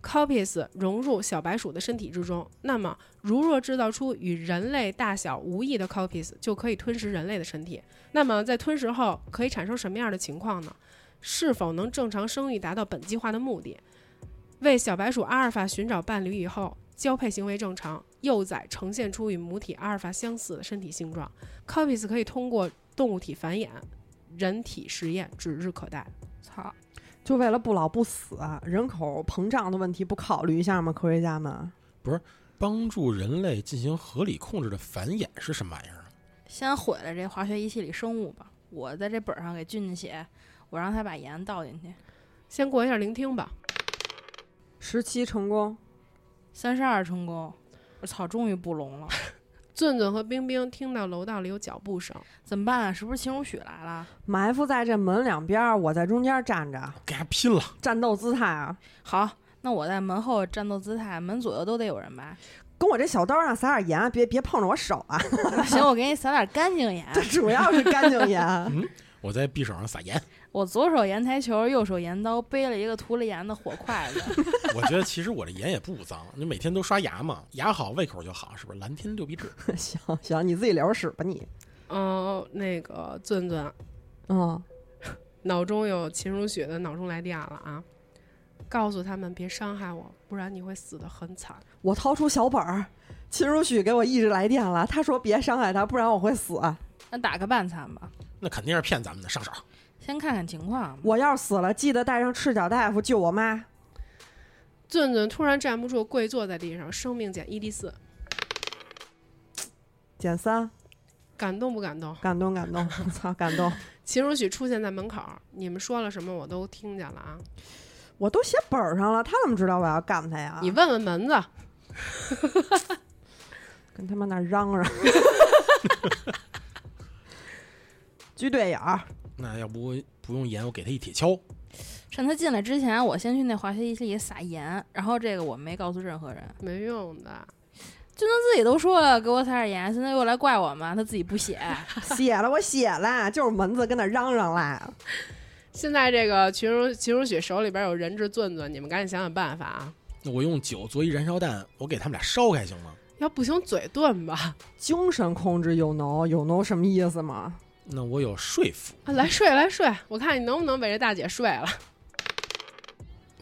A: copies 融入小白鼠的身体之中？那么，如若制造出与人类大小无异的 copies，就可以吞食人类的身体。那么，在吞食后可以产生什么样的情况呢？是否能正常生育，达到本计划的目的？为小白鼠阿尔法寻找伴侣以后，交配行为正常，幼崽呈现出与母体阿尔法相似的身体性状。copies 可以通过动物体繁衍，人体实验指日可待。
B: [laughs] 操，
C: 就为了不老不死，啊人口膨胀的问题不考虑一下吗？科学家们，
E: 帮助人类进行合理控制的繁衍是什么玩意儿啊？
B: 先毁了这化学仪器里生物吧。我在这本上给俊俊写，我让他把盐倒进去。
A: 先过一下聆听吧。
C: 十七成功，
B: 三十二成功，我操，终于不聋了，
A: 俊俊和冰冰听到楼道里有脚步声，
B: 怎么办啊？是不是秦如许来了？
C: 埋伏在这门两边儿，我在中间站着，
E: 给他拼了！
C: 战斗姿态啊，
B: 好，那我在门后战斗姿态，门左右都得有人吧？ [laughs]
C: 跟我这小刀上撒点盐，别别碰着我手啊！ [laughs]
B: 行，我给你撒点干净盐。
C: 这主要是干净盐，啊
E: 我在匕首上撒盐。
B: 我左手盐台球，右手盐刀，背了一个涂了盐的火筷子。 [laughs]
E: 我觉得其实我这盐也不脏，你每天都刷牙嘛，牙好胃口就好，是不是？蓝天六必治。
C: [laughs] 行行，你自己留着使吧你。
A: 嗯、那个俊俊
C: 嗯，
A: 脑中有秦如雪的脑中来电了啊！告诉他们别伤害我，不然你会死得很惨。
C: 我掏出小本儿，秦如许给我一直来电了，他说别伤害他，不然我会死。
B: 那打个半残吧，
E: 那肯定是骗咱们的，上手。
B: 先看看情况。
C: 我要是死了，记得带上赤脚大夫救我妈。
A: 俊俊突然站不住，跪坐在地上，生命减一 d 四，
C: 减三，
A: 感动不感动？
C: 感动感动， [laughs] 我操，感动！
A: 秦如许出现在门口，你们说了什么我都听见了啊！
C: 我都写本儿上了，他怎么知道我要干他呀？
A: 你问问门子，
C: 跟他妈那儿嚷嚷，撅对眼儿，
E: 那要不不用盐，我给他一铁锹。
B: 趁他进来之前，我先去那化学仪器里撒盐，然后这个我没告诉任何人。
A: 没用的。
B: 就他自己都说了，给我撒点盐，现在又来怪我们，他自己不写。
C: 写了我写了，就是门子跟那儿嚷嚷啦。
A: 现在这个秦如秦如雪手里边有人质俊俊，你们赶紧想想办法啊！
E: 那我用酒做一燃烧弹，我给他们俩烧开行吗？
A: 要不行嘴遁吧，
C: 精神控制有能，有能什么意思吗？
E: 那我有说服。
A: 啊 [laughs] 来睡来睡，我看你能不能被这大姐睡了。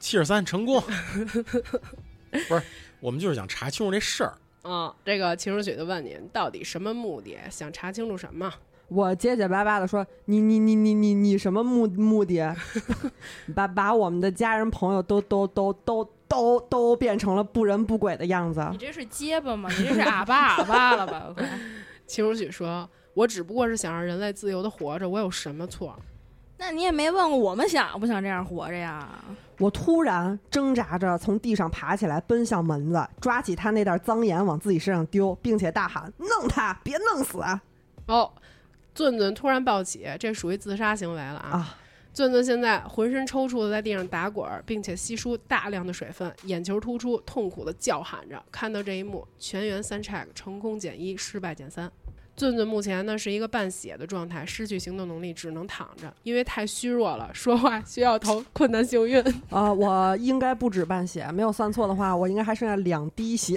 E: 七十三成功。 [laughs] 不是，我们就是想查清楚这事儿。
A: 啊、这个秦如雪就问你，你到底什么目的？想查清楚什么？
C: 我结结巴巴的说：“你你你你你你什么目目的？啊 [laughs] 把把我们的家人朋友都都都都都都变成了不人不鬼的样子。
B: 你这是结巴吗？你这是哑巴哑巴了吧？快！
A: 秦如许说：“我只不过是想让人类自由的活着，我有什么错
B: [laughs] 那你也没问过我们想不想这样活着呀？”
C: 我突然挣扎着从地上爬起来，奔向门子，抓起他那袋脏盐往自己身上丢，并且大喊：“弄他，别弄死啊！”
A: 哦，俊俊突然暴起，这属于自杀行为了啊！
C: 啊，
A: 俊俊现在浑身抽搐的在地上打滚儿，并且吸收大量的水分，眼球突出，痛苦的叫喊着。看到这一幕，全员三 check，成功减一，失败减三。俊俊目前呢是一个半血的状态，失去行动能力，只能躺着，因为太虚弱了，说话需要投困难幸运
C: 啊，我应该不止半血，没有算错的话，我应该还剩下两滴血。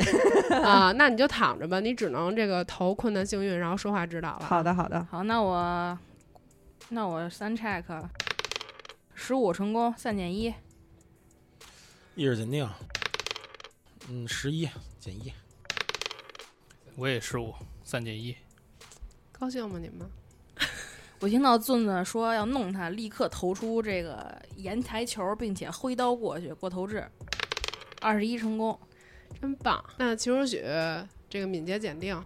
A: 啊。那你就躺着吧，你只能这个投困难幸运，然后说话指导了。
C: [laughs] 好的，好的，
B: 好，那我那我三 check，十五成功，三减一。
E: 意识鉴定，嗯，十一减一，
D: 我也十五，三减一。
A: 高兴吗你们？
B: 我听到俊子说要弄他，立刻投出这个盐台球，并且挥刀过去过投掷，二十一成功。
A: 真棒！那秦如雪这个敏捷检定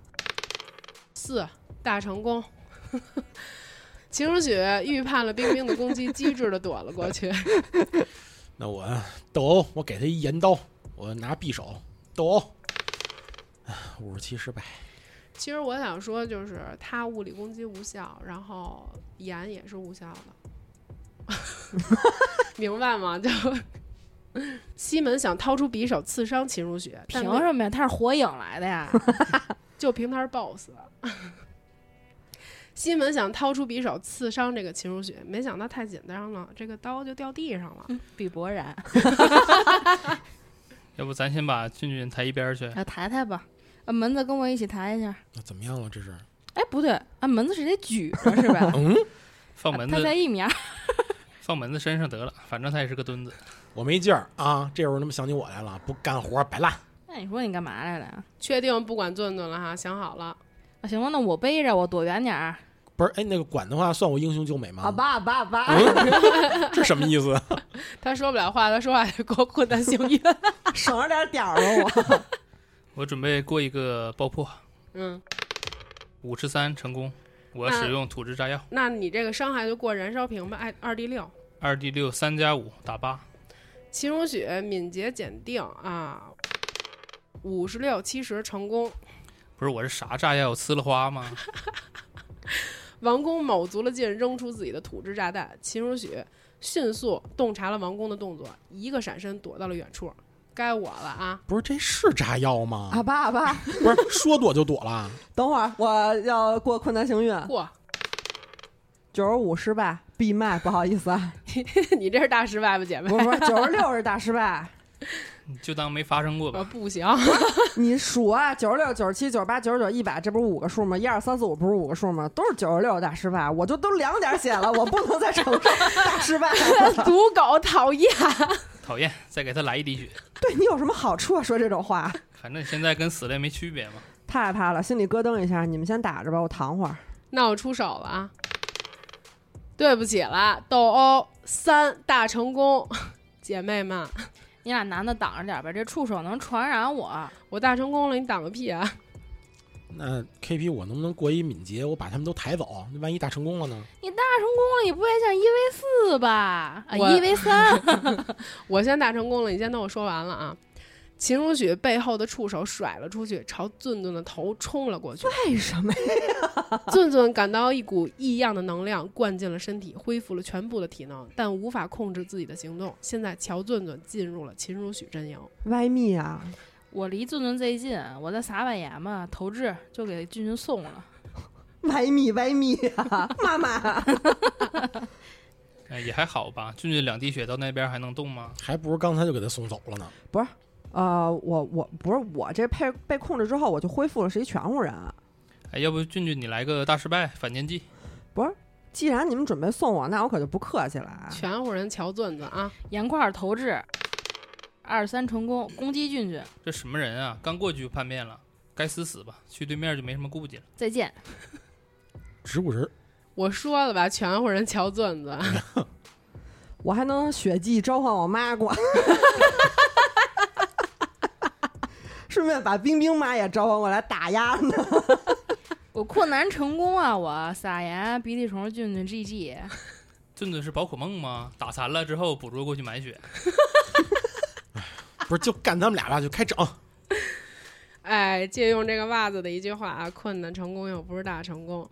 A: 四大成功。 [laughs] 秦如雪预判了冰冰的攻击，机智的躲了过去。 [laughs]
E: 那我斗殴，我给他一镰刀，我拿匕首斗殴，五十七失败。
A: 其实我想说，就是他物理攻击无效，然后盐也是无效的。 [laughs] 明白吗？就 [laughs] 西门想掏出匕首刺伤秦如雪，但
B: 凭
A: 没
B: 什么呀？他是火影来的 [laughs] 呀，
A: 就凭他是 boss。西门想掏出匕首刺伤这个秦如雪，没想到太紧张了，这个刀就掉地上了。
B: 比伯然，
D: 要不咱先把俊俊抬一边儿去？
B: 啊，抬抬吧，啊，门子跟我一起抬一下。
E: 那怎么样了？啊这是？
B: 哎，不对，啊，门子是得举着是吧
D: [laughs]
E: 嗯，
D: 放门
B: 啊他在
D: 子，
B: 一米二，
D: 放门子身上得了，反正他也是个墩子。
E: 我没劲儿啊，这会儿他妈想起我来了，不干活摆烂。
B: 那你说你干嘛来了呀？
A: 确定不管顿顿了哈，想好了，
B: 啊，行吧，那我背着，我躲远点儿。
E: 不是，哎，那个管的话算我英雄救美吗？
C: 啊吧吧吧，
E: 嗯这什么意思？
A: 他说不了话，他说话就给我混蛋行音。
C: [laughs] 省着点点儿吧我。
D: 我准备过一个爆破，
A: [laughs] 嗯，
D: 五十三成功。我要
A: 那
D: 使用土制炸药，
A: 那你这个伤害就过燃烧瓶吧，哎，二 D 六。
D: 二 D 六三加五打八，
A: 秦如雪敏捷检定啊，五十六七十成功。
D: 不是我是啥炸药？我呲了花吗？
A: 王宫卯足了劲扔出自己的土制炸弹，秦如雪迅速洞察了王宫的动作，一个闪身躲到了远处。该我了啊！
E: 不是，这是炸药吗？
C: 啊吧啊吧，
E: 不是，说躲就躲了。
C: [laughs] 等会儿我要过困难幸运，啊
A: 嚯，
C: 九十五失败，闭麦，不好意思 [laughs] 啊，
A: [laughs] 你这是大失败吧，姐妹
C: 不？是不是，九十六是大失败。
D: 你就当没发生过
A: 我
D: 吧。
A: 不行，
C: 你数啊，九十六、九十七、九十八、九十九、一百，这不是五个数吗？一二三四五不是五个数吗？都是九十六大失败，我就都两点血了，我不能再承受大失 [laughs] 败了。
A: 赌狗讨厌。
D: 讨厌，再给他来一滴血，
C: 对你有什么好处啊？说这种话
D: 反正现在跟死了也没区别嘛。
C: 太害怕了，心里咯噔一下。你们先打着吧，我躺会儿。
A: 那我出手了啊！对不起了，斗殴三大成功，姐妹们，
B: 你俩男的挡着点儿呗，这触手能传染我。
A: 我大成功了，你挡个屁啊！
E: 那 KP 我能不能过一敏捷，我把他们都抬走？那万一打成功了呢？
B: 你大成功了，你不会想一 v 四吧？啊，
A: 我
B: 一 v 三， [laughs]
A: 我先大成功了，你先等我说完了啊！秦如雪背后的触手甩了出去，朝顿顿的头冲了过去。
C: 为什么？
A: 顿顿感到一股异样的能量灌进了身体，恢复了全部的体能，但无法控制自己的行动。现在乔顿顿进入了秦如雪阵营，
C: 歪蜜啊！
B: 我离俊俊最近，啊我在撒把盐嘛，投掷就给俊俊送了。
C: 歪蜜歪蜜啊！妈妈，
D: 哎，也还好吧。俊俊两滴血到那边还能动吗？
E: 还不如刚才就给他送走了呢。
C: 呃，我我不是我这被被控制之后，我就恢复了，是一全乎人。啊
D: 哎，要不俊俊你来个大失败反间计，
C: 既然你们准备送我，那我可就不客气了啊！
A: 全乎人乔顿顿啊！ [laughs]
B: 盐块儿投掷，二三成功，攻击俊俊，
D: 这什么人啊？刚过去就叛变了，该死死吧。去对面就没什么顾忌了。
B: 再见。
E: 值不值？
A: 我说了吧，全乎人乔顿顿，
C: 我还能血祭召唤我妈过，顺便把冰冰妈也召唤过来打压呢。
B: 我困难成功啊！我撒盐，鼻涕虫，俊俊 GG。
D: 俊俊是宝可梦吗？打残了之后捕捉过去满血，
E: 不是，就干他们俩吧，就开整。
A: 哎，借用这个袜子的一句话啊，困难成功又不是大成功。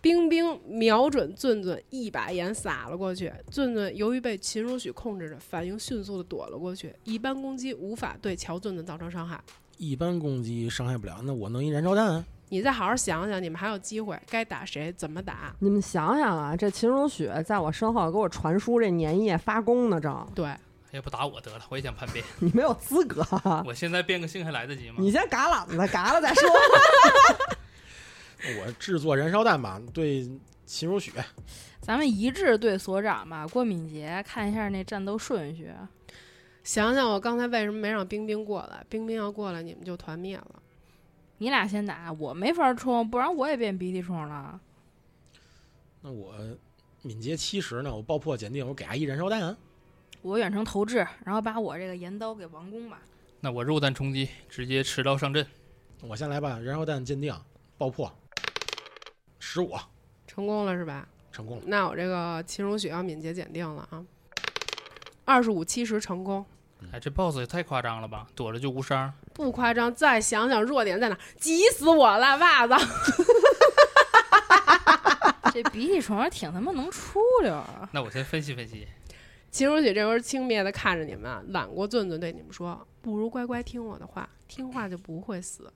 A: 冰冰瞄准顿顿，一把盐撒了过去。顿顿由于被秦如许控制着，反应迅速的躲了过去。一般攻击无法对乔顿顿造成伤害。
E: 一般攻击伤害不了，那我弄一燃烧弹啊、
A: 你再好好想想，你们还有机会，该打谁，怎么打？
C: 你们想想啊，这秦如雪在我身后给我传输这粘液发功呢，正 [laughs]
A: 对，
D: 要不打我得了，我也想叛变。
C: 你没有资格，
D: 我现在变个性还来得及吗？
C: 你先嘎懒子，嘎了再说。
E: 我制作燃烧弹吧，对秦如雪。
B: 咱们一致对所长吧，过敏捷，看一下那战斗顺序。啊
A: 想想我刚才为什么没让冰冰过来？冰冰要过来，你们就团灭了。
B: 你俩先打，我没法冲，不然我也变鼻涕虫了。
E: 那我敏捷七十呢，我爆破检定，我给他一燃烧弹、啊。
B: 我远程投掷，然后把我这个岩刀给王宫吧。
D: 那我肉弹冲击，直接持刀上阵。
E: 我先来吧，燃烧弹鉴定，爆破，十五
A: 成功了是吧？
E: 成功了。
A: 那我这个秦如雪要敏捷检定了啊，二十五七十成功。
D: 哎，这 BOSS 也太夸张了吧！躲着就无伤，
A: 不夸张，再想想弱点在哪，急死我了！袜子， [laughs]
B: 这鼻涕虫挺他妈能出溜啊！
D: 那我先分析分析，
A: 秦如雪这会儿轻蔑的看着你们，啊，揽过顿顿对你们说：“不如乖乖听我的话，听话就不会死。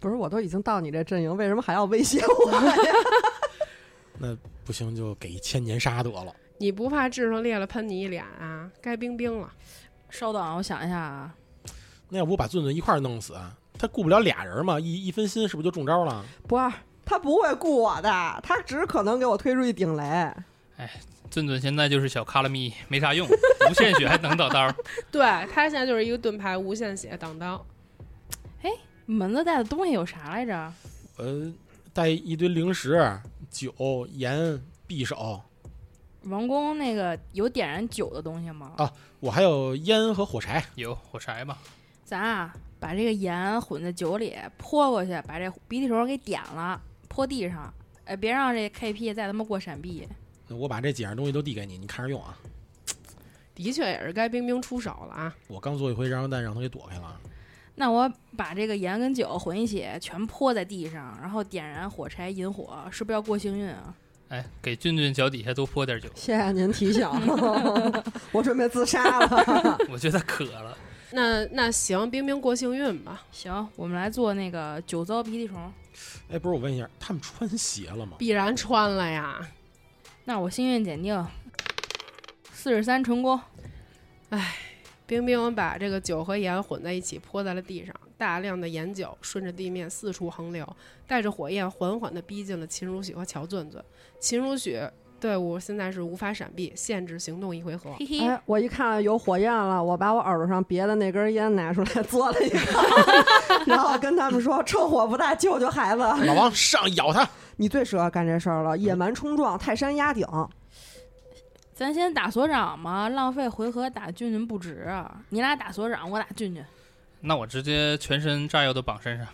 C: 不是，我都已经到你这阵营，为什么还要威胁我 [laughs] 呀？
E: 不行就给一千年杀得了。
A: 你不怕痔疮裂了喷你一脸啊？该冰冰了。
B: 稍等，我想一下啊，
E: 那要不把顿顿一块儿弄死啊？他顾不了俩人嘛，一一分心是不是就中招了？
C: 不二，他不会雇我的，他只可能给我推出一顶雷。，
D: 顿顿现在就是小卡拉咪，没啥用，无限血还能倒刀。
A: 对他现在就是一个盾牌，无限血挡刀。
B: 门子带的东西有啥来着？
E: 呃，带一堆零食、酒、盐、匕首，
B: 王宫那个有点燃酒的东西吗？
E: 啊我还有烟和火柴。
D: 有火柴吧？
B: 咱啊，把这个盐混在酒里泼过去，把这鼻涕球给点了，泼地上。哎，别让这 KP 再他妈过闪避。
E: 那我把这几样东西都递给你，你看着用啊。
A: 的确也是该冰冰出手了啊！
E: 我刚做一回燃烧弹，让他给躲开了。
B: 那我把这个盐跟酒混一起，全泼在地上，然后点燃火柴引火，是不是要过幸运啊？
D: 哎，给俊俊脚底下多泼点酒
C: 谢谢您提醒，我准备自杀了。
D: 我觉得渴了。
A: 那那行，冰冰过幸运吧。
B: 行，我们来做那个酒糟鼻涕虫。
E: 哎，不是，我问一下，他们穿鞋了吗？
A: 必然穿了呀！
B: 那我幸运检定四十三成功，
A: 冰冰把这个酒和盐混在一起泼在了地上，大量的盐酒顺着地面四处横流，带着火焰缓缓地逼近了秦如雪和乔顿顿。秦如雪队伍现在是无法闪避，限制行动一回合。
B: 嘿嘿。
C: 哎，我一看有火焰了，我把我耳朵上别的那根烟拿出来 [laughs] 嘬了一口，然后跟他们说：“趁火不大，救救孩子。
E: 老王上咬他！
C: 你最适合干这事儿了，野蛮冲撞，泰山压顶。
B: 咱先打所长嘛，浪费回合打俊俊不值啊。你俩打所长，我打俊俊。
D: 那我直接全身炸药都绑身上，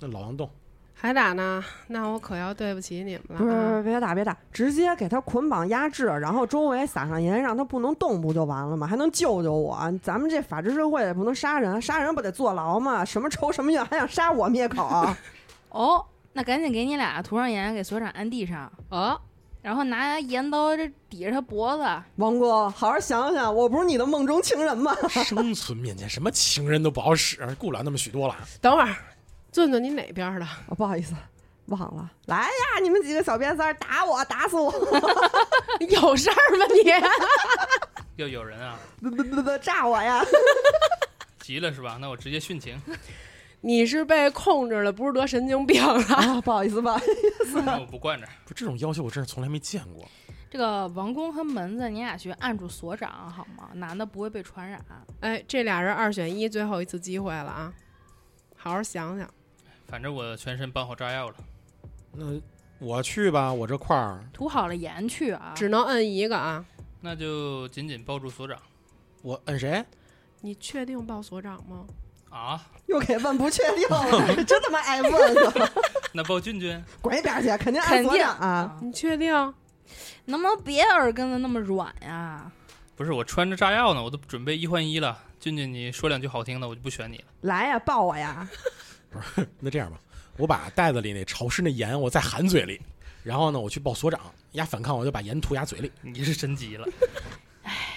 E: 那老王动，
A: 还打呢？那我可要对不起你们了啊。
C: 不是，不是别打，别打，直接给他捆绑压制，然后周围撒上盐，让他不能动，不就完了吗？还能救救我？咱们这法治社会也不能杀人，杀人不得坐牢吗？什么仇什么怨，还想杀我灭口？啊
B: 哦，那赶紧给你俩涂上盐，给所长按地上，
A: 哦，
B: 然后拿盐刀这抵着他脖子。
C: [laughs] 王哥，好好想想，我不是你的梦中情人吗？
E: 生存面前什么情人都不好使，顾不了那么许多了。
A: 等会儿，顿顿你哪边的？ [laughs]
C: 哦不好意思，忘了。来呀，你们几个小瘪三儿打我，打死我！
A: 有事儿吗你？
D: 要有人啊，
C: 不不不不，炸我
B: [laughs]
C: 呀！
D: 急了是吧？那我直接殉情，
A: 你是被控制了，不是得神经病了？
C: 啊，不好意思吧。
D: 那我不惯着。
E: 不，这种要求我真是从来没见过。
B: 这个王宫和门子，你俩去按住所长好吗？男的不会被传染。
A: 哎，这俩人二选一，最后一次机会了啊！好好想想。
D: 反正我全身绑好炸药了，
E: 那我去吧，我这块儿
B: 涂好了盐去啊！
A: 只能摁一个啊！
D: 那就紧紧抱住所长
E: 我摁谁？
A: 你确定报所长吗？
D: 啊！
C: 又给问不确定
B: [laughs]
C: 了，真他妈爱问了， [laughs]
D: 那抱俊俊，
C: 滚一边儿去，肯定按
B: 肯
C: 所
B: 定
C: 长啊！
A: 你确定？
B: 嗯能不能别耳根子那么软啊呀、
D: 不是我穿着炸药呢，我都准备一换一了。俊俊，你说两句好听的，我就不选你了。
C: 来呀，抱我呀！
E: 那这样吧，我把袋子里那潮湿那盐我再含嘴里，然后呢，我去报所长，丫反抗我就把盐吐丫嘴里。
D: 你是真急了，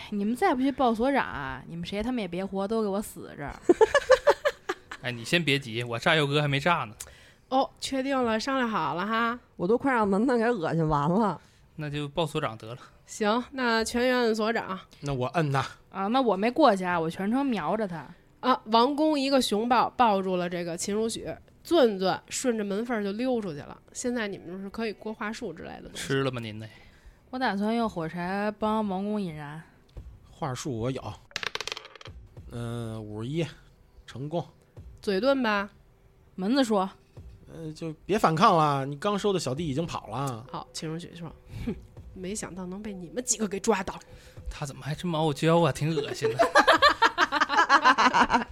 B: 你们再不去报所长啊，你们谁他妈也别活，都给我死这儿！ [laughs]
D: 哎，你先别急，我炸药哥还没炸呢，
A: 哦，确定了，商量好了哈。
C: 我都快让门子给恶心完了。
D: 那就抱所长得了。
A: 行，那全员摁所长
E: 那我摁他，
B: 啊，那我没过去啊，我全程瞄着他。
A: 啊！王宫一个熊抱抱住了这个秦如雪，顿顿顺着门缝儿就溜出去了。现在你们就是可以过话术之类的东西。
D: 吃了吗您呢？
B: 我打算用火柴帮王宫引燃。
E: 话术我咬，嗯、五十一，成功。
A: 嘴遁吧。
B: 门子说
E: 呃，就别反抗了，你刚收的小弟已经跑了。
A: 好、秦如雪说：“哼，没想到能被你们几个给抓到。
D: 他怎么还这么傲娇啊？挺恶心的。 [laughs]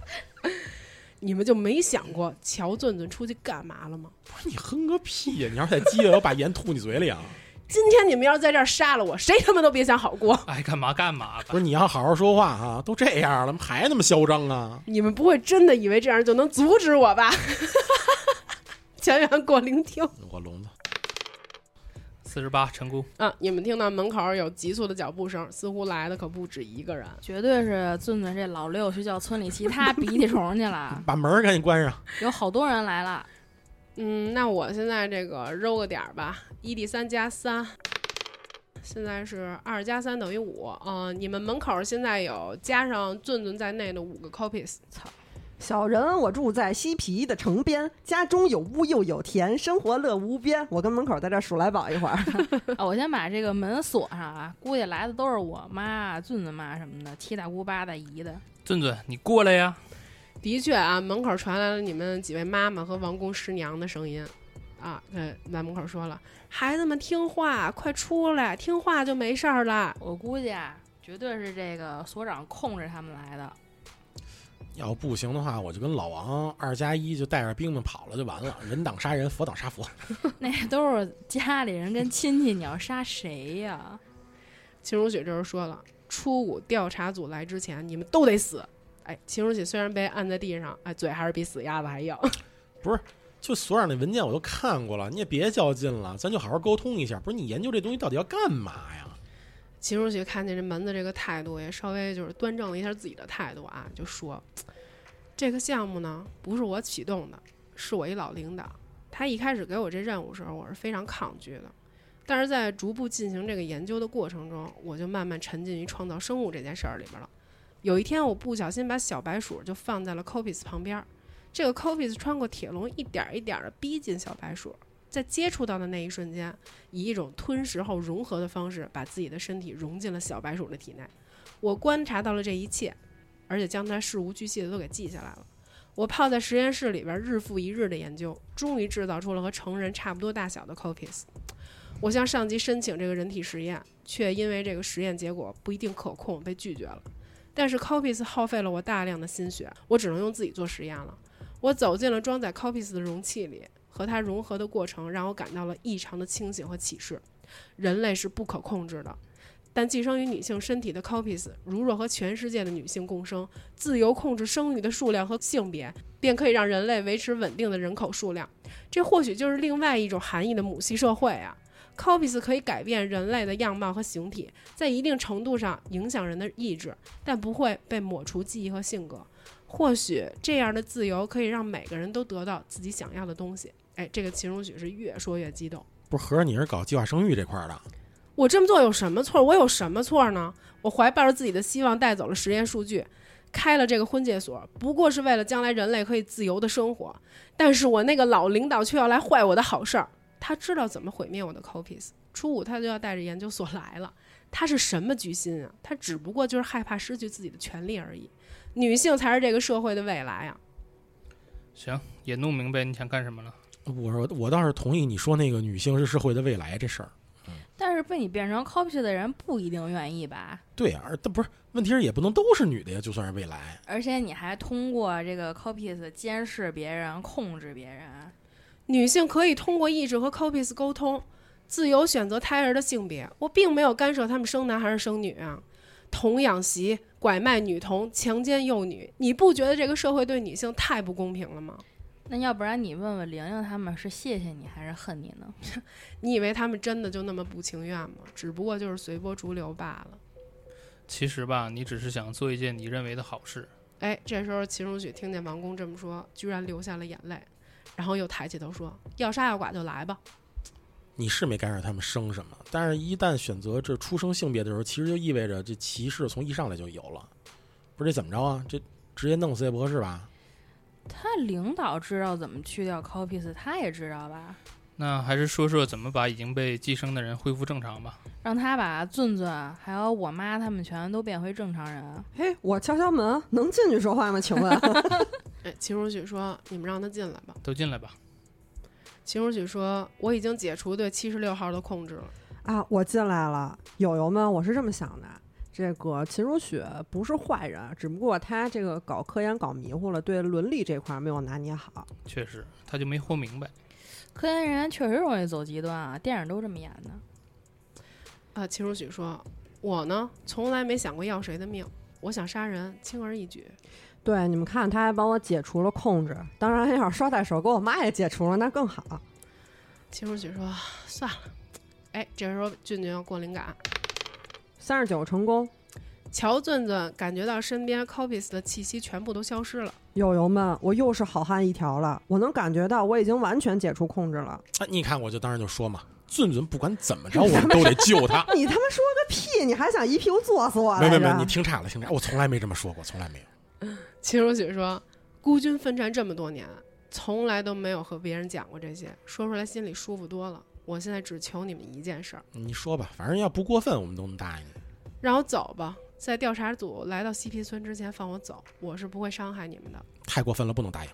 A: 你们就没想过乔顿顿出去干嘛了吗？
E: 不是你哼个屁呀、你要是再激我，我把盐吐你嘴 [laughs] 里啊！
A: 今天你们要是在这儿杀了我，谁他妈都别想好过。
D: 爱哎干嘛干嘛吧
E: 不。是你要好好说话啊，都这样了，还那么嚣张啊？
A: 你们不会真的以为这样就能阻止我 [laughs] 吧？全员给我聆听。
E: 我聋子，
D: 四十八陈姑，
A: 啊，你们听到门口有急促的脚步声，似乎来的可不止一个人。
B: 绝对是俊子这老六去叫村里其他鼻涕虫去了，
E: 把门儿赶紧关上。
B: 有好多人来了。
A: 嗯，那我现在这个揉个点儿吧，一 d 三加三，现在是二加三等于五。嗯、你们门口现在有加上俊俊在内的五个 copies。
F: 小人，我住在西皮的城边，家中有屋又有田，生活乐无边。我跟门口在这数来宝一会
C: [laughs]
F: 儿。
B: 啊，我先把这个门锁上啊，估计来的都是我妈、俊子妈什么的，七大姑八大姨的。
D: 俊俊，你过来呀！
A: 的确啊，门口传来了你们几位妈妈和王宫师娘的声音。啊，呃，在门口说了，孩子们听话，快出来，听话就没事儿了。
B: 我估计啊，绝对是这个所长控制他们来的。 [laughs]
E: 要不行的话，我就跟老王二加一就带着兵们跑了就完了，人挡杀人，佛挡杀佛。
B: 那都是家里人跟亲戚，你要杀谁呀？
A: 秦如雪这时候说了，初五调查组来之前，你们都得死。哎，秦如雪虽然被按在地上，哎，嘴还是比死鸭子还硬。
E: 就所长那文件我都看过了，你也别较劲了，咱就好好沟通一下。不是你研究这东西到底要干嘛呀？
A: 秦如雪看见这门的这个态度，也稍微就是端正了一下自己的态度啊，就说：“这个项目呢，不是我启动的，是我一老领导。他一开始给我这任务时候，我是非常抗拒的。但是在逐步进行这个研究的过程中，我就慢慢沉浸于创造生物这件事儿里边了。有一天，我不小心把小白鼠就放在了 Copis 旁边儿，这个 Copis 穿过铁笼，一点儿一点的逼近小白鼠。”在接触到的那一瞬间，以一种吞食后融合的方式，把自己的身体融进了小白鼠的体内。我观察到了这一切，而且将它事无巨细的都给记下来了。我泡在实验室里边，日复一日的研究，终于制造出了和成人差不多大小的 copies。我向上级申请这个人体实验，却因为这个实验结果不一定可控被拒绝了。但是 copies 耗费了我大量的心血，我只能用自己做实验了。我走进了装载 copies 的容器里，和它融合的过程让我感到了异常的清醒和启示。人类是不可控制的，但寄生于女性身体的 copies 如若和全世界的女性共生，自由控制生育的数量和性别，便可以让人类维持稳定的人口数量。这或许就是另外一种含义的母系社会啊。copies 可以改变人类的样貌和形体，在一定程度上影响人的意志，但不会被抹除记忆和性格。或许这样的自由可以让每个人都得到自己想要的东西。哎，这个秦如许是越说越激动。
E: 不是合着你是搞计划生育这块儿的？
A: 我这么做有什么错？我有什么错呢？我怀抱着自己的希望带走了实验数据，开了这个婚介所，不过是为了将来人类可以自由的生活。但是我那个老领导却要来坏我的好事儿，他知道怎么毁灭我的 copies。初五他就要带着研究所来了，他是什么居心啊？他只不过就是害怕失去自己的权利而已。女性才是这个社会的未来啊！
D: 行，也弄明白你想干什么了。
E: 我说我倒是同意你说那个女性是社会的未来这事儿。
B: 但是被你变成 copy 的人不一定愿意吧？
E: 对啊，而但不是问题是也不能都是女的呀，就算是未来，
B: 而且你还通过这个 copies 监视别人、控制别人。
A: 女性可以通过意志和 copies 沟通，自由选择胎儿的性别。我并没有干涉他们生男还是生女啊。童养媳、拐卖女童、强奸幼女，你不觉得这个社会对女性太不公平了吗？
B: 那要不然你问问玲玲他们是谢谢你还是恨你呢？
A: 你以为他们真的就那么不情愿吗？只不过就是随波逐流罢了。
D: 其实吧，你只是想做一件你认为的好事。
A: 哎，这时候秦如雪听见王宫这么说，居然流下了眼泪，然后又抬起头说：“要杀要剐就来吧。”
E: 你是没干涉他们生什么，但是一旦选择这出生性别的时候，其实就意味着这歧视从一上来就有了。不是这怎么着啊？这直接弄死也不合适吧？
B: 他领导知道怎么去掉 copies，他也知道吧？
D: 那还是说说怎么把已经被寄生的人恢复正常吧。
B: 让他把俊俊还有我妈他们全都变回正常人。
F: 嘿，我敲敲门，能进去说话吗？请问？
A: 哎，秦如雪说：“你们让他进来吧。
D: 都进来吧。”
A: 秦如雪说：“我已经解除对七十六号的控制了。”
C: 啊，我进来了，友友们，我是这么想的。这个秦如雪不是坏人，只不过她这个搞科研搞迷糊了，对伦理这块儿没有拿捏好。
D: 确实，他就没活明白。
B: 科研人员确实容易走极端啊，电影都这么演的。
A: 啊，秦如许说：“我呢，从来没想过要谁的命，我想杀人，轻而易举。
C: 对，你们看，她还帮我解除了控制，当然要是捎带手给我妈也解除了，那更好。
A: 秦如许说：“算了，哎，这时候俊俊要过灵感，
C: 三十九成功，
A: 乔俊俊感觉到身边 copies 的气息全部都消失了。
C: 友友们，
F: 我又是好汉一条了，我能感觉到我已经完全解除控制了。
E: 哎，你看，我就当时就说嘛，俊俊不管怎么着，我们都得救
F: [laughs]
E: 他。
F: 你他妈说个屁！你还想一屁股坐死我
E: 没
F: 来
E: 没
F: 着？
E: 没，你听岔了，听岔，我从来没这么说过，从来没有。
A: 秦如雪说：“孤军奋战这么多年，从来都没有和别人讲过这些，说出来心里舒服多了。我现在只求你们一件事儿，
E: 你说吧，反正要不过分，我们都能答应你。
A: 让我走吧。在调查组来到西皮村之前放我走，我是不会伤害你们的。
E: 太过分了，不能答应。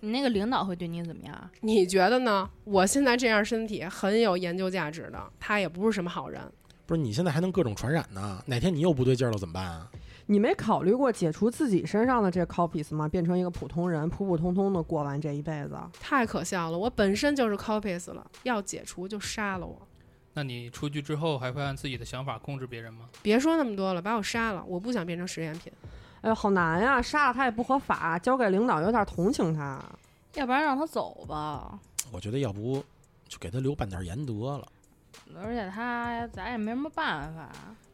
B: 你那个领导会对你怎么样啊？
A: 你觉得呢？我现在这样身体很有研究价值的，他也不是什么好人。
E: 不是你现在还能各种传染呢，哪天你又不对劲儿了怎么办啊？
C: 你没考虑过解除自己身上的这 copies 吗？变成一个普通人，普普通通的过完这一辈子。
A: 太可笑了！我本身就是 copies 了，要解除就杀了我。
D: 那你出去之后还会按自己的想法控制别人吗？
A: 别说那么多了，把我杀了！我不想变成实验品。
C: 哎呦，好难呀！杀了他也不合法，交给领导有点同情他。。
B: 要不然让他走吧。
E: 我觉得要不就给他留半点盐得了。
B: 而且他咱也没什么办法。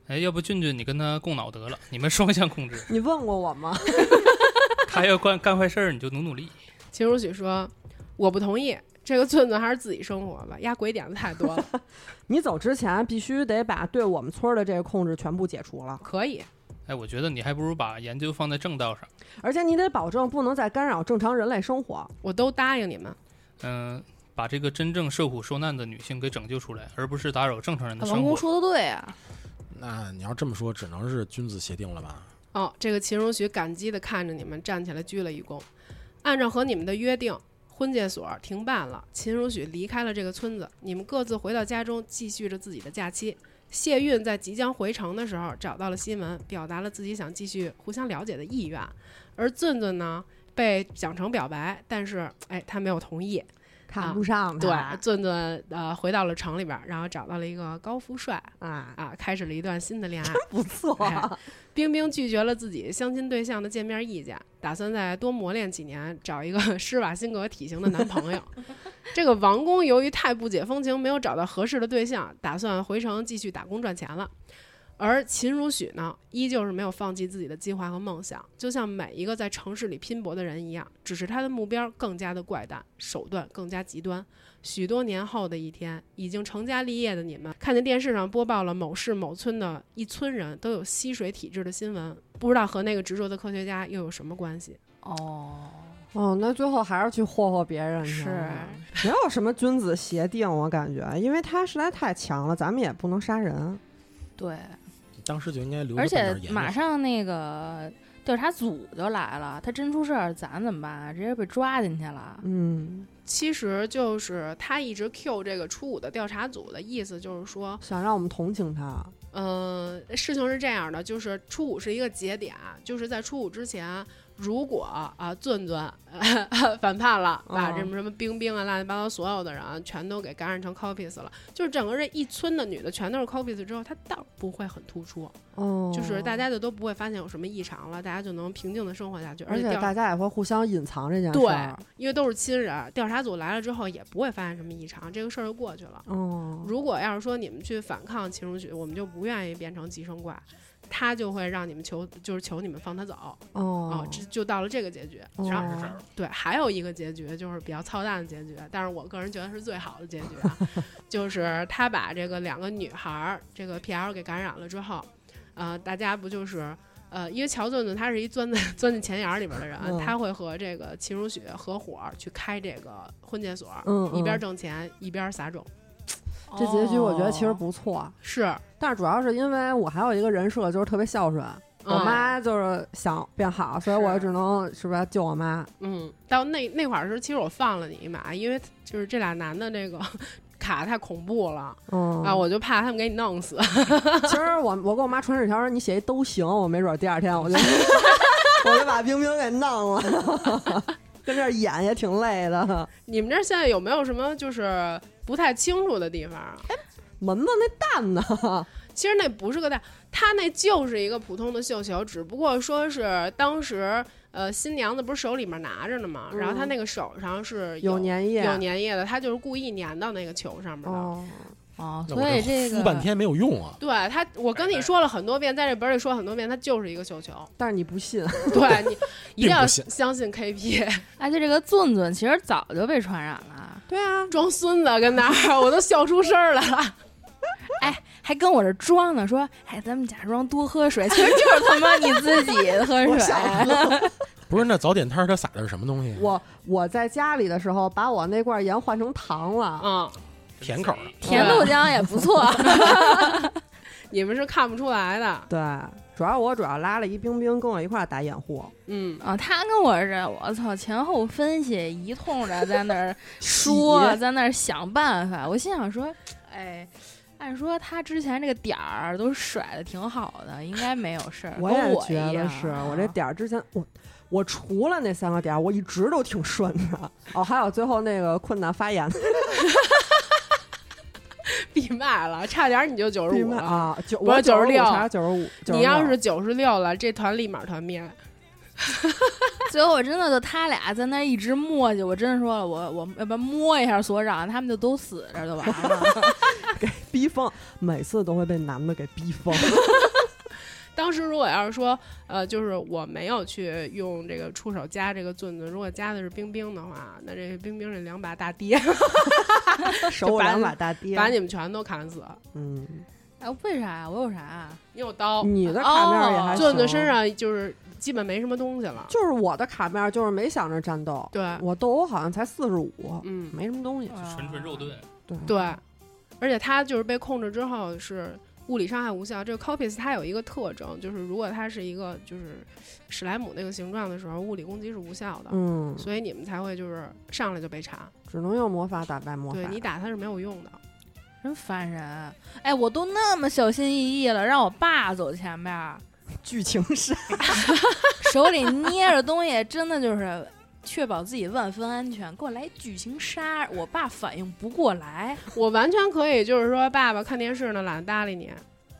D: 哎，要不俊俊你跟他共脑得了，你们双向控制
C: 你问过我吗？
D: 他要干干坏事儿，你就努努力。
A: 秦如许说：“我不同意，这个寸寸还是自己生活吧，压鬼点子太多了。
C: [laughs] 你走之前必须得把对我们村儿的这个控制全部解除了，
A: 可以，
D: 哎，我觉得你还不如把研究放在正道上。
C: 而且你得保证不能再干扰正常人类生活。
A: 我都答应你们。
D: 嗯、把这个真正受苦受难的女性给拯救出来，而不是打扰正常人的
B: 王
D: 嗯生活
B: 工。说的对啊，
E: 那你要这么说，只能是君子协定了吧？”
A: 哦，这个秦如许感激地看着你们，站起来鞠了一躬。按照和你们的约定，婚介所停办了，秦如许离开了这个村子，你们各自回到家中，继续着自己的假期。谢运在即将回城的时候找到了西门，表达了自己想继续互相了解的意愿，而俊俊呢被蒋成表白，但是哎，他没有同意。
F: 看不上
A: 对
C: 啊
F: 他，，
A: 俊俊呃回到了城里边儿，然后找到了一个高富帅
C: 哎
F: 啊，
A: 啊，开始了一段新的恋爱。
F: 不错。
A: 哎冰冰拒绝了自己相亲对象的见面意见，打算再多磨练几年，找一个 [laughs] 施瓦辛格体型的男朋友。 [laughs] 这个王工由于太不解风情，没有找到合适的对象，打算回城继续打工赚钱了。而秦如许呢，依旧是没有放弃自己的计划和梦想，就像每一个在城市里拼搏的人一样，只是他的目标更加的怪诞，手段更加极端。许多年后的一天，已经成家立业的你们，看见电视上播报了某市某村的一村人都有吸水体质的新闻，不知道和那个执着的科学家又有什么关系？
B: 哦，
C: 哦，那最后还是去霍霍别人去
B: 是
C: 了没有什么君子协定，我感觉，因为他实在太强了，咱们也不能杀人。
B: 对，
E: 你当时就应该留
B: 而
E: 着半
B: 且
E: 点盐。
B: 马上那个调查组就来了，他真出事儿，咱怎么办啊？直接被抓进去了。
C: 嗯，
A: 其实就是他一直 Q 这个初五的调查组的意思，就是说，
C: 想让我们同情他。
A: 嗯、事情是这样的，就是初五是一个节点，啊就是在初五之前，如果啊，俊俊、呃 [laughs] 反叛了，把
C: 嗯
A: 什么什么冰冰啊、乱七八糟所有的人啊全都给感染成 copies 了，就是整个这一村的女的全都是 copies 之后，她倒不会很突出，
C: 哦，
A: 就是大，家就都不会发现有什么异常了，大家就能平静的生活下去，
C: 而且
A: 调
C: 大家也会互相隐藏这件事
A: 对
C: 儿。，
A: 因为都是亲人，调查组来了之后也不会发现什么异常，这个事儿就过去了。
C: 哦，
A: 如果要是说你们去反抗秦如许，我们就不愿意变成寄生怪，他就会让你们求，就是求你们放他走啊、
C: 哦，
A: 这就到了这个结局。
C: 哦
A: 然后
D: 是这样
A: 对，还有一个结局就是比较操蛋的结局，但是我个人觉得是最好的结局
C: [laughs]
A: 啊，就是他把这个两个女孩儿这个 PL 给感染了之后，呃，大家不就是。呃，因为乔顿呢，他是一钻在钻进钱眼儿里边的人，
C: 嗯
A: 他会和这个秦如许合伙儿去开这个婚介所，
C: 嗯
A: 一边
C: 嗯
A: 挣钱一边撒种，
C: 这结局我觉得其实
B: 哦
C: 不错，啊
A: 是，
C: 但是主要是因为我还有一个人设就是特别孝顺，我
A: 嗯
C: 妈就是想变好，所以
A: 是
C: 我只能是吧救我妈。
A: 嗯，到那那会儿的时候，其实我放了你一马，因为就是这俩男的这个 [laughs] 卡太恐怖了、
C: 嗯
A: 啊，我就怕他们给你弄死。 [laughs]
C: 其实我我跟我妈传纸条说你写一都行，我没准儿第二天我就 [laughs]
F: 我就把冰冰给弄了，跟这儿演也挺累的。
A: 你们这儿现在有没有什么就是不太清楚的地方啊？
C: 门门那蛋呢。
A: 其实那不是个蛋，他那就是一个普通的绣球，只不过说是当时呃新娘子不是手里面拿着呢嘛，然后他那个手上是
C: 嗯有
A: 有
C: 粘液，
A: 有粘液的，他就是故意粘到那个球上面的。
C: 哦，
B: 哦，
E: 那我
B: 所以这
E: 敷
B: 个
E: 半天没有用啊。
A: 对他，我跟你说了很多遍，在这本里说了很多遍，他就是一个绣球。
C: [laughs] 但是你不信，
A: 对你一定
E: 并
A: 要
E: 不信
A: 相信 KP，
B: 而哎且这个俊俊其实早就被传染了，
C: [laughs] 对啊，
A: 装孙子跟那儿，我都笑出声儿来了。
B: 还跟我这装呢，说哎，咱们假装多喝水，其实就是 [laughs] 他妈你自己喝
C: 我
B: 水
C: 想。
A: 哎
E: 不是，那早点摊儿他撒的是什么东西？
C: 我我在家里的时候，把我那罐盐换成糖了。
A: 嗯，
E: 甜口儿的，
B: 甜豆浆也不
C: [laughs]
B: 错，
A: 你们是看不出来的。
C: 对，主要我主要拉了一冰冰跟我一块儿打掩护，
A: 嗯，
B: 啊，他跟我这，我操，前后分析一通的，在那
C: [laughs]
B: 儿说，在那儿想办法。我心想说，哎，按说他之前这个点儿都甩的挺好的，应该没有事儿。
C: 我
B: 跟
C: 也
B: 我
C: 觉
B: 一
C: 得
B: 样
C: 是
B: 啊
C: 我这点儿之前我。我除了那三个点儿，我一直都挺顺的。哦，还有最后那个困难发言
A: 闭麦了，差点你就九十五了。
C: 啊，九
A: 不是
C: 我九
A: 96
C: 查九十五。
A: 你要
C: 96
A: 是九十六了，这团立马团灭。
B: 最后我真的就他俩在那儿一直磨叽，我真的说了，我我要不然摸一下所长，他们就都死这儿就完了。 [laughs]
C: 逼疯，每次都会被男的给逼
A: [laughs]
C: 疯。
A: 当时如果要是说，呃，就是我没有去用这个出手加这个俊俊，如果加的是冰冰的话，那这冰冰这两把大爹
C: 手我
A: 把
C: 两
A: 你
C: 把大
A: [laughs]
C: 爹，
A: 把你们全都砍死。
C: 嗯，
B: 哎，为啥呀？我有啥啊？
A: 你有刀，
C: 你的卡面也还
B: 哦
C: 嗯行
A: 俊俊身上就是基本没什么东西了。
C: 就是我的卡面，就是没想着战斗。
A: 对，
C: 我斗殴好像才四十五，
A: 嗯，
C: 没什么东西。
D: 纯纯肉盾，
C: 对
A: 对，而且他就是被控制之后是物理伤害无效。这个 copies 它有一个特征，就是如果它是一个就是史莱姆那个形状的时候，物理攻击是无效的，
C: 嗯，
A: 所以你们才会就是上来就被查。
C: 只能用魔法打败魔法。 [laughs]
A: 对你打它是没有用的。
B: 真烦人！哎，我都那么小心翼翼了，让我爸走前边儿，
C: 剧情杀，
B: 手里捏着东西，真的就是确保自己万分安全。给我来剧情杀，我爸反应不过来。
A: 我完全可以就是说，爸爸看电视呢，懒得搭理你，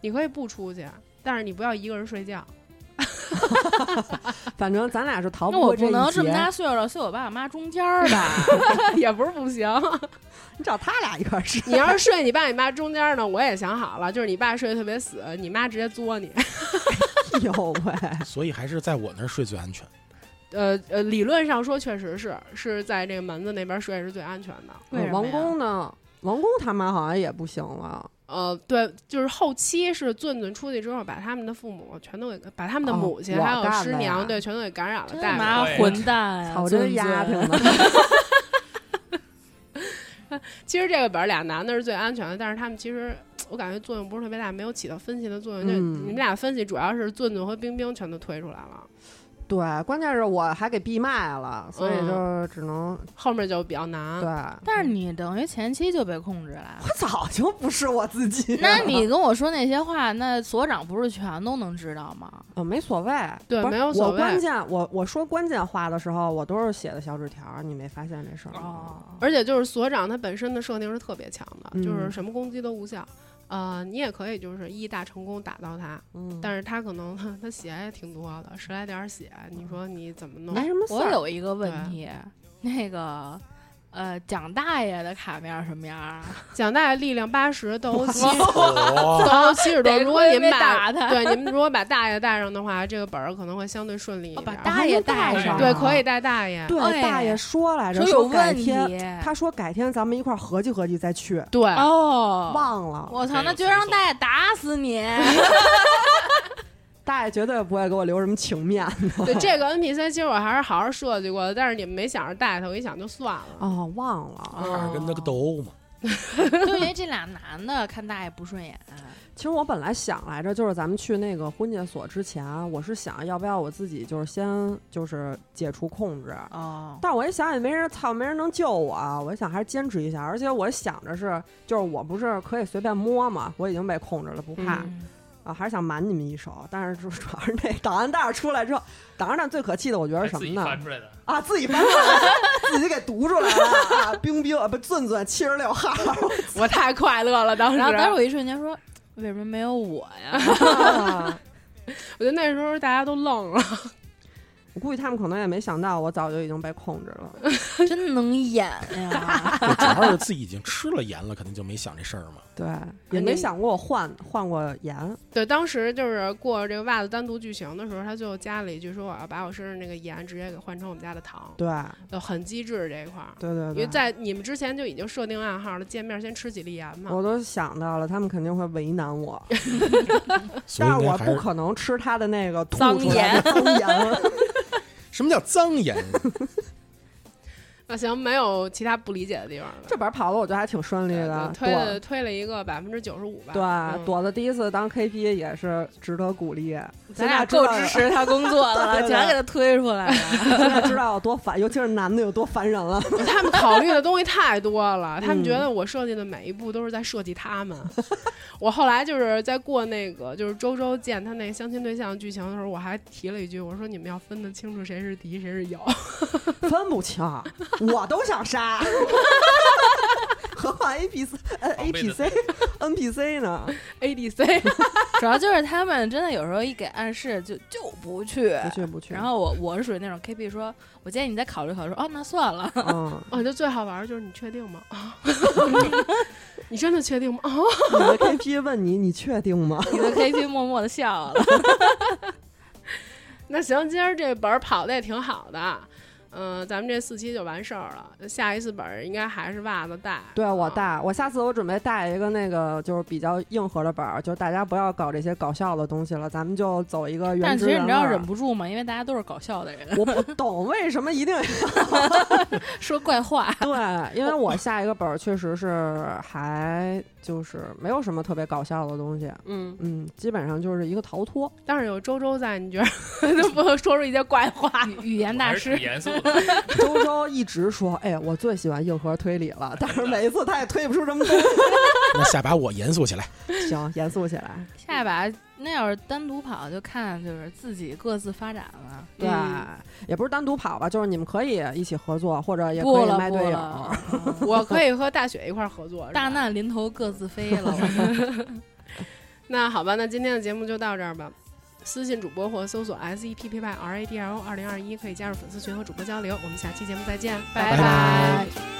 A: 你可以不出去，但是你不要一个人睡觉。
C: 反正咱俩是逃
B: 那
C: 过
B: 我
C: 这
B: 不
C: 一啊
B: 能
C: 劫
B: 这么大岁数了，睡我爸我妈中间儿
C: [laughs]
B: 吧？
A: 也不是不行，
C: 你找他俩一块
B: [laughs]
C: 儿吃。
A: 你要是睡你爸你妈中间呢，我也想好了，就是你爸睡得特别死，你妈直接作你。
C: 呦喂，
E: 所以还是在我那儿睡最安全。
A: 呃呃，理论上说确实是是在这个门子那边睡是最安全的。
B: 为什么呀
C: 嗯王宫呢？王宫他妈好像也不行了，
A: 呃，对，就是后期是俊俊出去之后，把他们的父母全都给，把他们的
C: 哦
A: 母亲、
C: 我
A: 还有
C: 干
A: 师
C: 了呀
A: 娘，对，全都给感染了，
B: 真
A: 带了。
B: 他妈
D: 对
B: 混蛋呀！
C: 操，真
B: 啊尊
C: 丫
B: 尊
C: 挺的。
A: 其实这个本儿俩男的是最安全的，但是他们其实我感觉作用不是特别大，没有起到分析的作用。就
C: 嗯
A: 你们俩分析，主要是俊俊和冰冰全都推出来了，
C: 对，关键是我还给闭麦了，所
B: 嗯
C: 以就只能
A: 后面就比较难
C: 对。。
B: 但是你等于前期就被控制了。
C: 我早就不是我自己了。
B: [laughs] 那
C: [laughs]
B: 你跟我说那些话，那所长不是全都能知道吗？
C: 呃，没所谓，
A: 对
C: 不是
A: 没有所谓
C: 我关键，我我说关键话的时候，我都是写的小纸条儿，你没发现这事儿吗？
B: 哦，
A: 而且就是所长他本身的设定是特别强的，
C: 嗯
A: 就是什么攻击都无效。呃，你也可以就是一大成功打到他，
C: 嗯，
A: 但是他可能 [laughs] 他血也挺多的，十来点儿血，你说你怎么弄？
C: 没什么事
B: 我
C: 儿。
B: 有一个问题，那个呃，蒋大爷的卡面什么样啊？
A: 蒋大爷力量八十，斗殴七
C: [laughs]
A: 十，斗 [laughs]
E: 哦，
A: 殴七十多。
B: 得
A: 如果你
B: 亏没
A: 们把
B: 打他
A: 对你们如果把大爷带上的话，这个本儿可能会相对顺利一
B: 哦把
A: 点儿。
B: 大爷带
C: 还能带
B: 上
A: 对，
C: 啊
A: 可以带大爷。
C: 对
B: 哎
C: 大爷说来着，
B: 有
C: 改
B: 问题
C: 天，他说改天咱们一块儿合计合计再去，
A: 对，
B: 哦，
C: 忘了。
B: 我操，那就让大爷打死
E: [laughs]
B: 你！
C: 大爷绝对不会给我留什么情面的。
A: 对这个 NPC，其实我还是好好设计过的，但是你们没想着带他，我一想就算
C: [laughs]
A: 了。
C: 哦，忘了。
E: 还是跟那个斗殴嘛。
B: 哦就因为这俩男的看大爷不顺眼，
C: 其实我本来想来着，就是咱们去那个婚介所之前，啊我是想要不要我自己就是先就是解除控制，
B: 哦，
C: 但我一想也没人，操，没人能救我啊！我一想还是坚持一下，而且我想着是，就是我不是可以随便摸嘛，我已经被控制了，不怕、
A: 嗯
C: 啊，还是想瞒你们一手。但是就是主要是那档案袋出来之后，档案袋最可气的，我觉得是
D: 还
C: 什
D: 自
C: 么
D: 己
C: 呢
D: 翻？出来的，
C: 啊，自己翻出来了， [laughs] 自己给读出来了啊！冰冰啊，不，俊俊七十六号，
A: 我太快乐了，当时。
B: 然后当时我一瞬间说，为什么没 [laughs] 有我呀？
C: 啊
A: 我觉得那时候大家都愣了。
C: [laughs] 我估计他们可能也没想到，我早就已经被控制了。
B: 真能演呀！
E: 就主要是自己已经吃了盐了，肯定就没想这事儿嘛。
C: 对，也没想过我换换过盐。
A: 对，当时就是过这个袜子单独剧情的时候，他最后加了一句说我要把我身上那个盐直接给换成我们家的糖，
C: 对，
A: 就很机智这一块儿。
C: 对对
A: 因为
C: 对。
A: 在你们之前就已经设定暗号了，见面先吃几粒盐嘛。
C: 我都想到了，他们肯定会为难我，
E: 所以
C: 但
E: 应
C: 是
E: 该
C: 我
E: 还
C: 不
E: 是
C: 可能吃他的那个吐
B: 脏
C: 出来的脏盐。
E: 什么叫脏盐？
A: 那行，没有其他不理解的地方了。
C: [laughs] 这本跑的我觉得还挺顺利
A: 对
C: 的
A: 对，推
C: 躲
A: 了推了一个百分之九十五吧。
C: 对，
A: 嗯
C: 朵子第一次当 KP 也是值得鼓励。
B: 咱俩够支持他工作的 [laughs]
C: 对
B: 了，
C: 对对
B: 全给他推出来了。
C: 现在知道有多烦，尤其是男的有多烦人了。
A: [laughs] 他们考虑的东西太多了，他们
C: 嗯
A: 觉得我设计的每一步都是在设计他们。 [laughs] 我后来就是在过那个就是周周见他那相亲对象剧情的时候，我还提了一句，我说你们要分得清楚谁是敌谁是友。
C: 分不清，啊 [laughs] 我都想杀， [laughs] 何况 A P C 呃 A
D: 防备
C: P
D: 的 [laughs]
C: C N P C 呢？
A: A D
C: [laughs]
A: C，
B: [laughs] 主要就是他们真的有时候一给暗示就就不去。
C: 不去不去。
B: 然后我我是属于那种 KP 说，我建议你再考虑考虑，说哦那算了， [laughs]
C: 嗯，
A: 我觉得最好玩哦的就是你确定吗？啊，
C: [laughs]
A: 你真的确定吗？啊，
C: 你的 K P 问你，你确定吗？
B: 你的 KP 默默的笑了。
A: 那行，今儿这本儿跑的也挺好的。嗯、咱们这四期就完事儿了，下一次本儿应该还是袜子带。
C: [laughs] 对我
A: 啊，
C: 带，我下次我准备带一个那个就是比较硬核的本儿，就是大家不要搞这些搞笑的东西了，咱们就走一个原
B: 但其
C: 汁
B: 实
C: 原味儿。
B: 你知道忍不住吗？因为大家都是搞笑的 [laughs] 人，
C: 我不懂为什么一定
B: 说怪话。
C: [laughs] 对，因为我下一个本儿确实是还就是没有什么特别搞笑的东西，
B: [laughs] 嗯，
C: 嗯，基本上就是一个逃脱。
A: 但是有周周在，你觉得 [laughs] 就不能说出一些怪话？
B: 语语言大
D: 还是
B: 师
D: 挺，严肃的。
C: [laughs] 周周一直说，哎，我最喜欢硬核推理了，但是每一次他也推不出什么东
E: 那下把我严肃起来。
C: 西。行，严肃起来。
B: [laughs] 下一把那要是单独跑，就看就是自己各自发展了。
C: 对，
A: 嗯
C: 也不是单独跑吧，就是你们可以一起合作，或者也
B: 不
C: 可以
B: 嗯了
C: 卖
B: 不
C: 队友
B: 了。 [laughs]
E: [laughs]
A: 我可以和大雪一块儿合作。是吧
B: 大难临头各自飞了。 [laughs] 我们
A: [laughs] 那好吧，那今天的节目就到这儿吧。私信主播或搜索 S E P P Y R A D L 二零二一，可以加入粉丝群和主播交流。我们下期节目再见，
E: 拜
A: 拜
E: 拜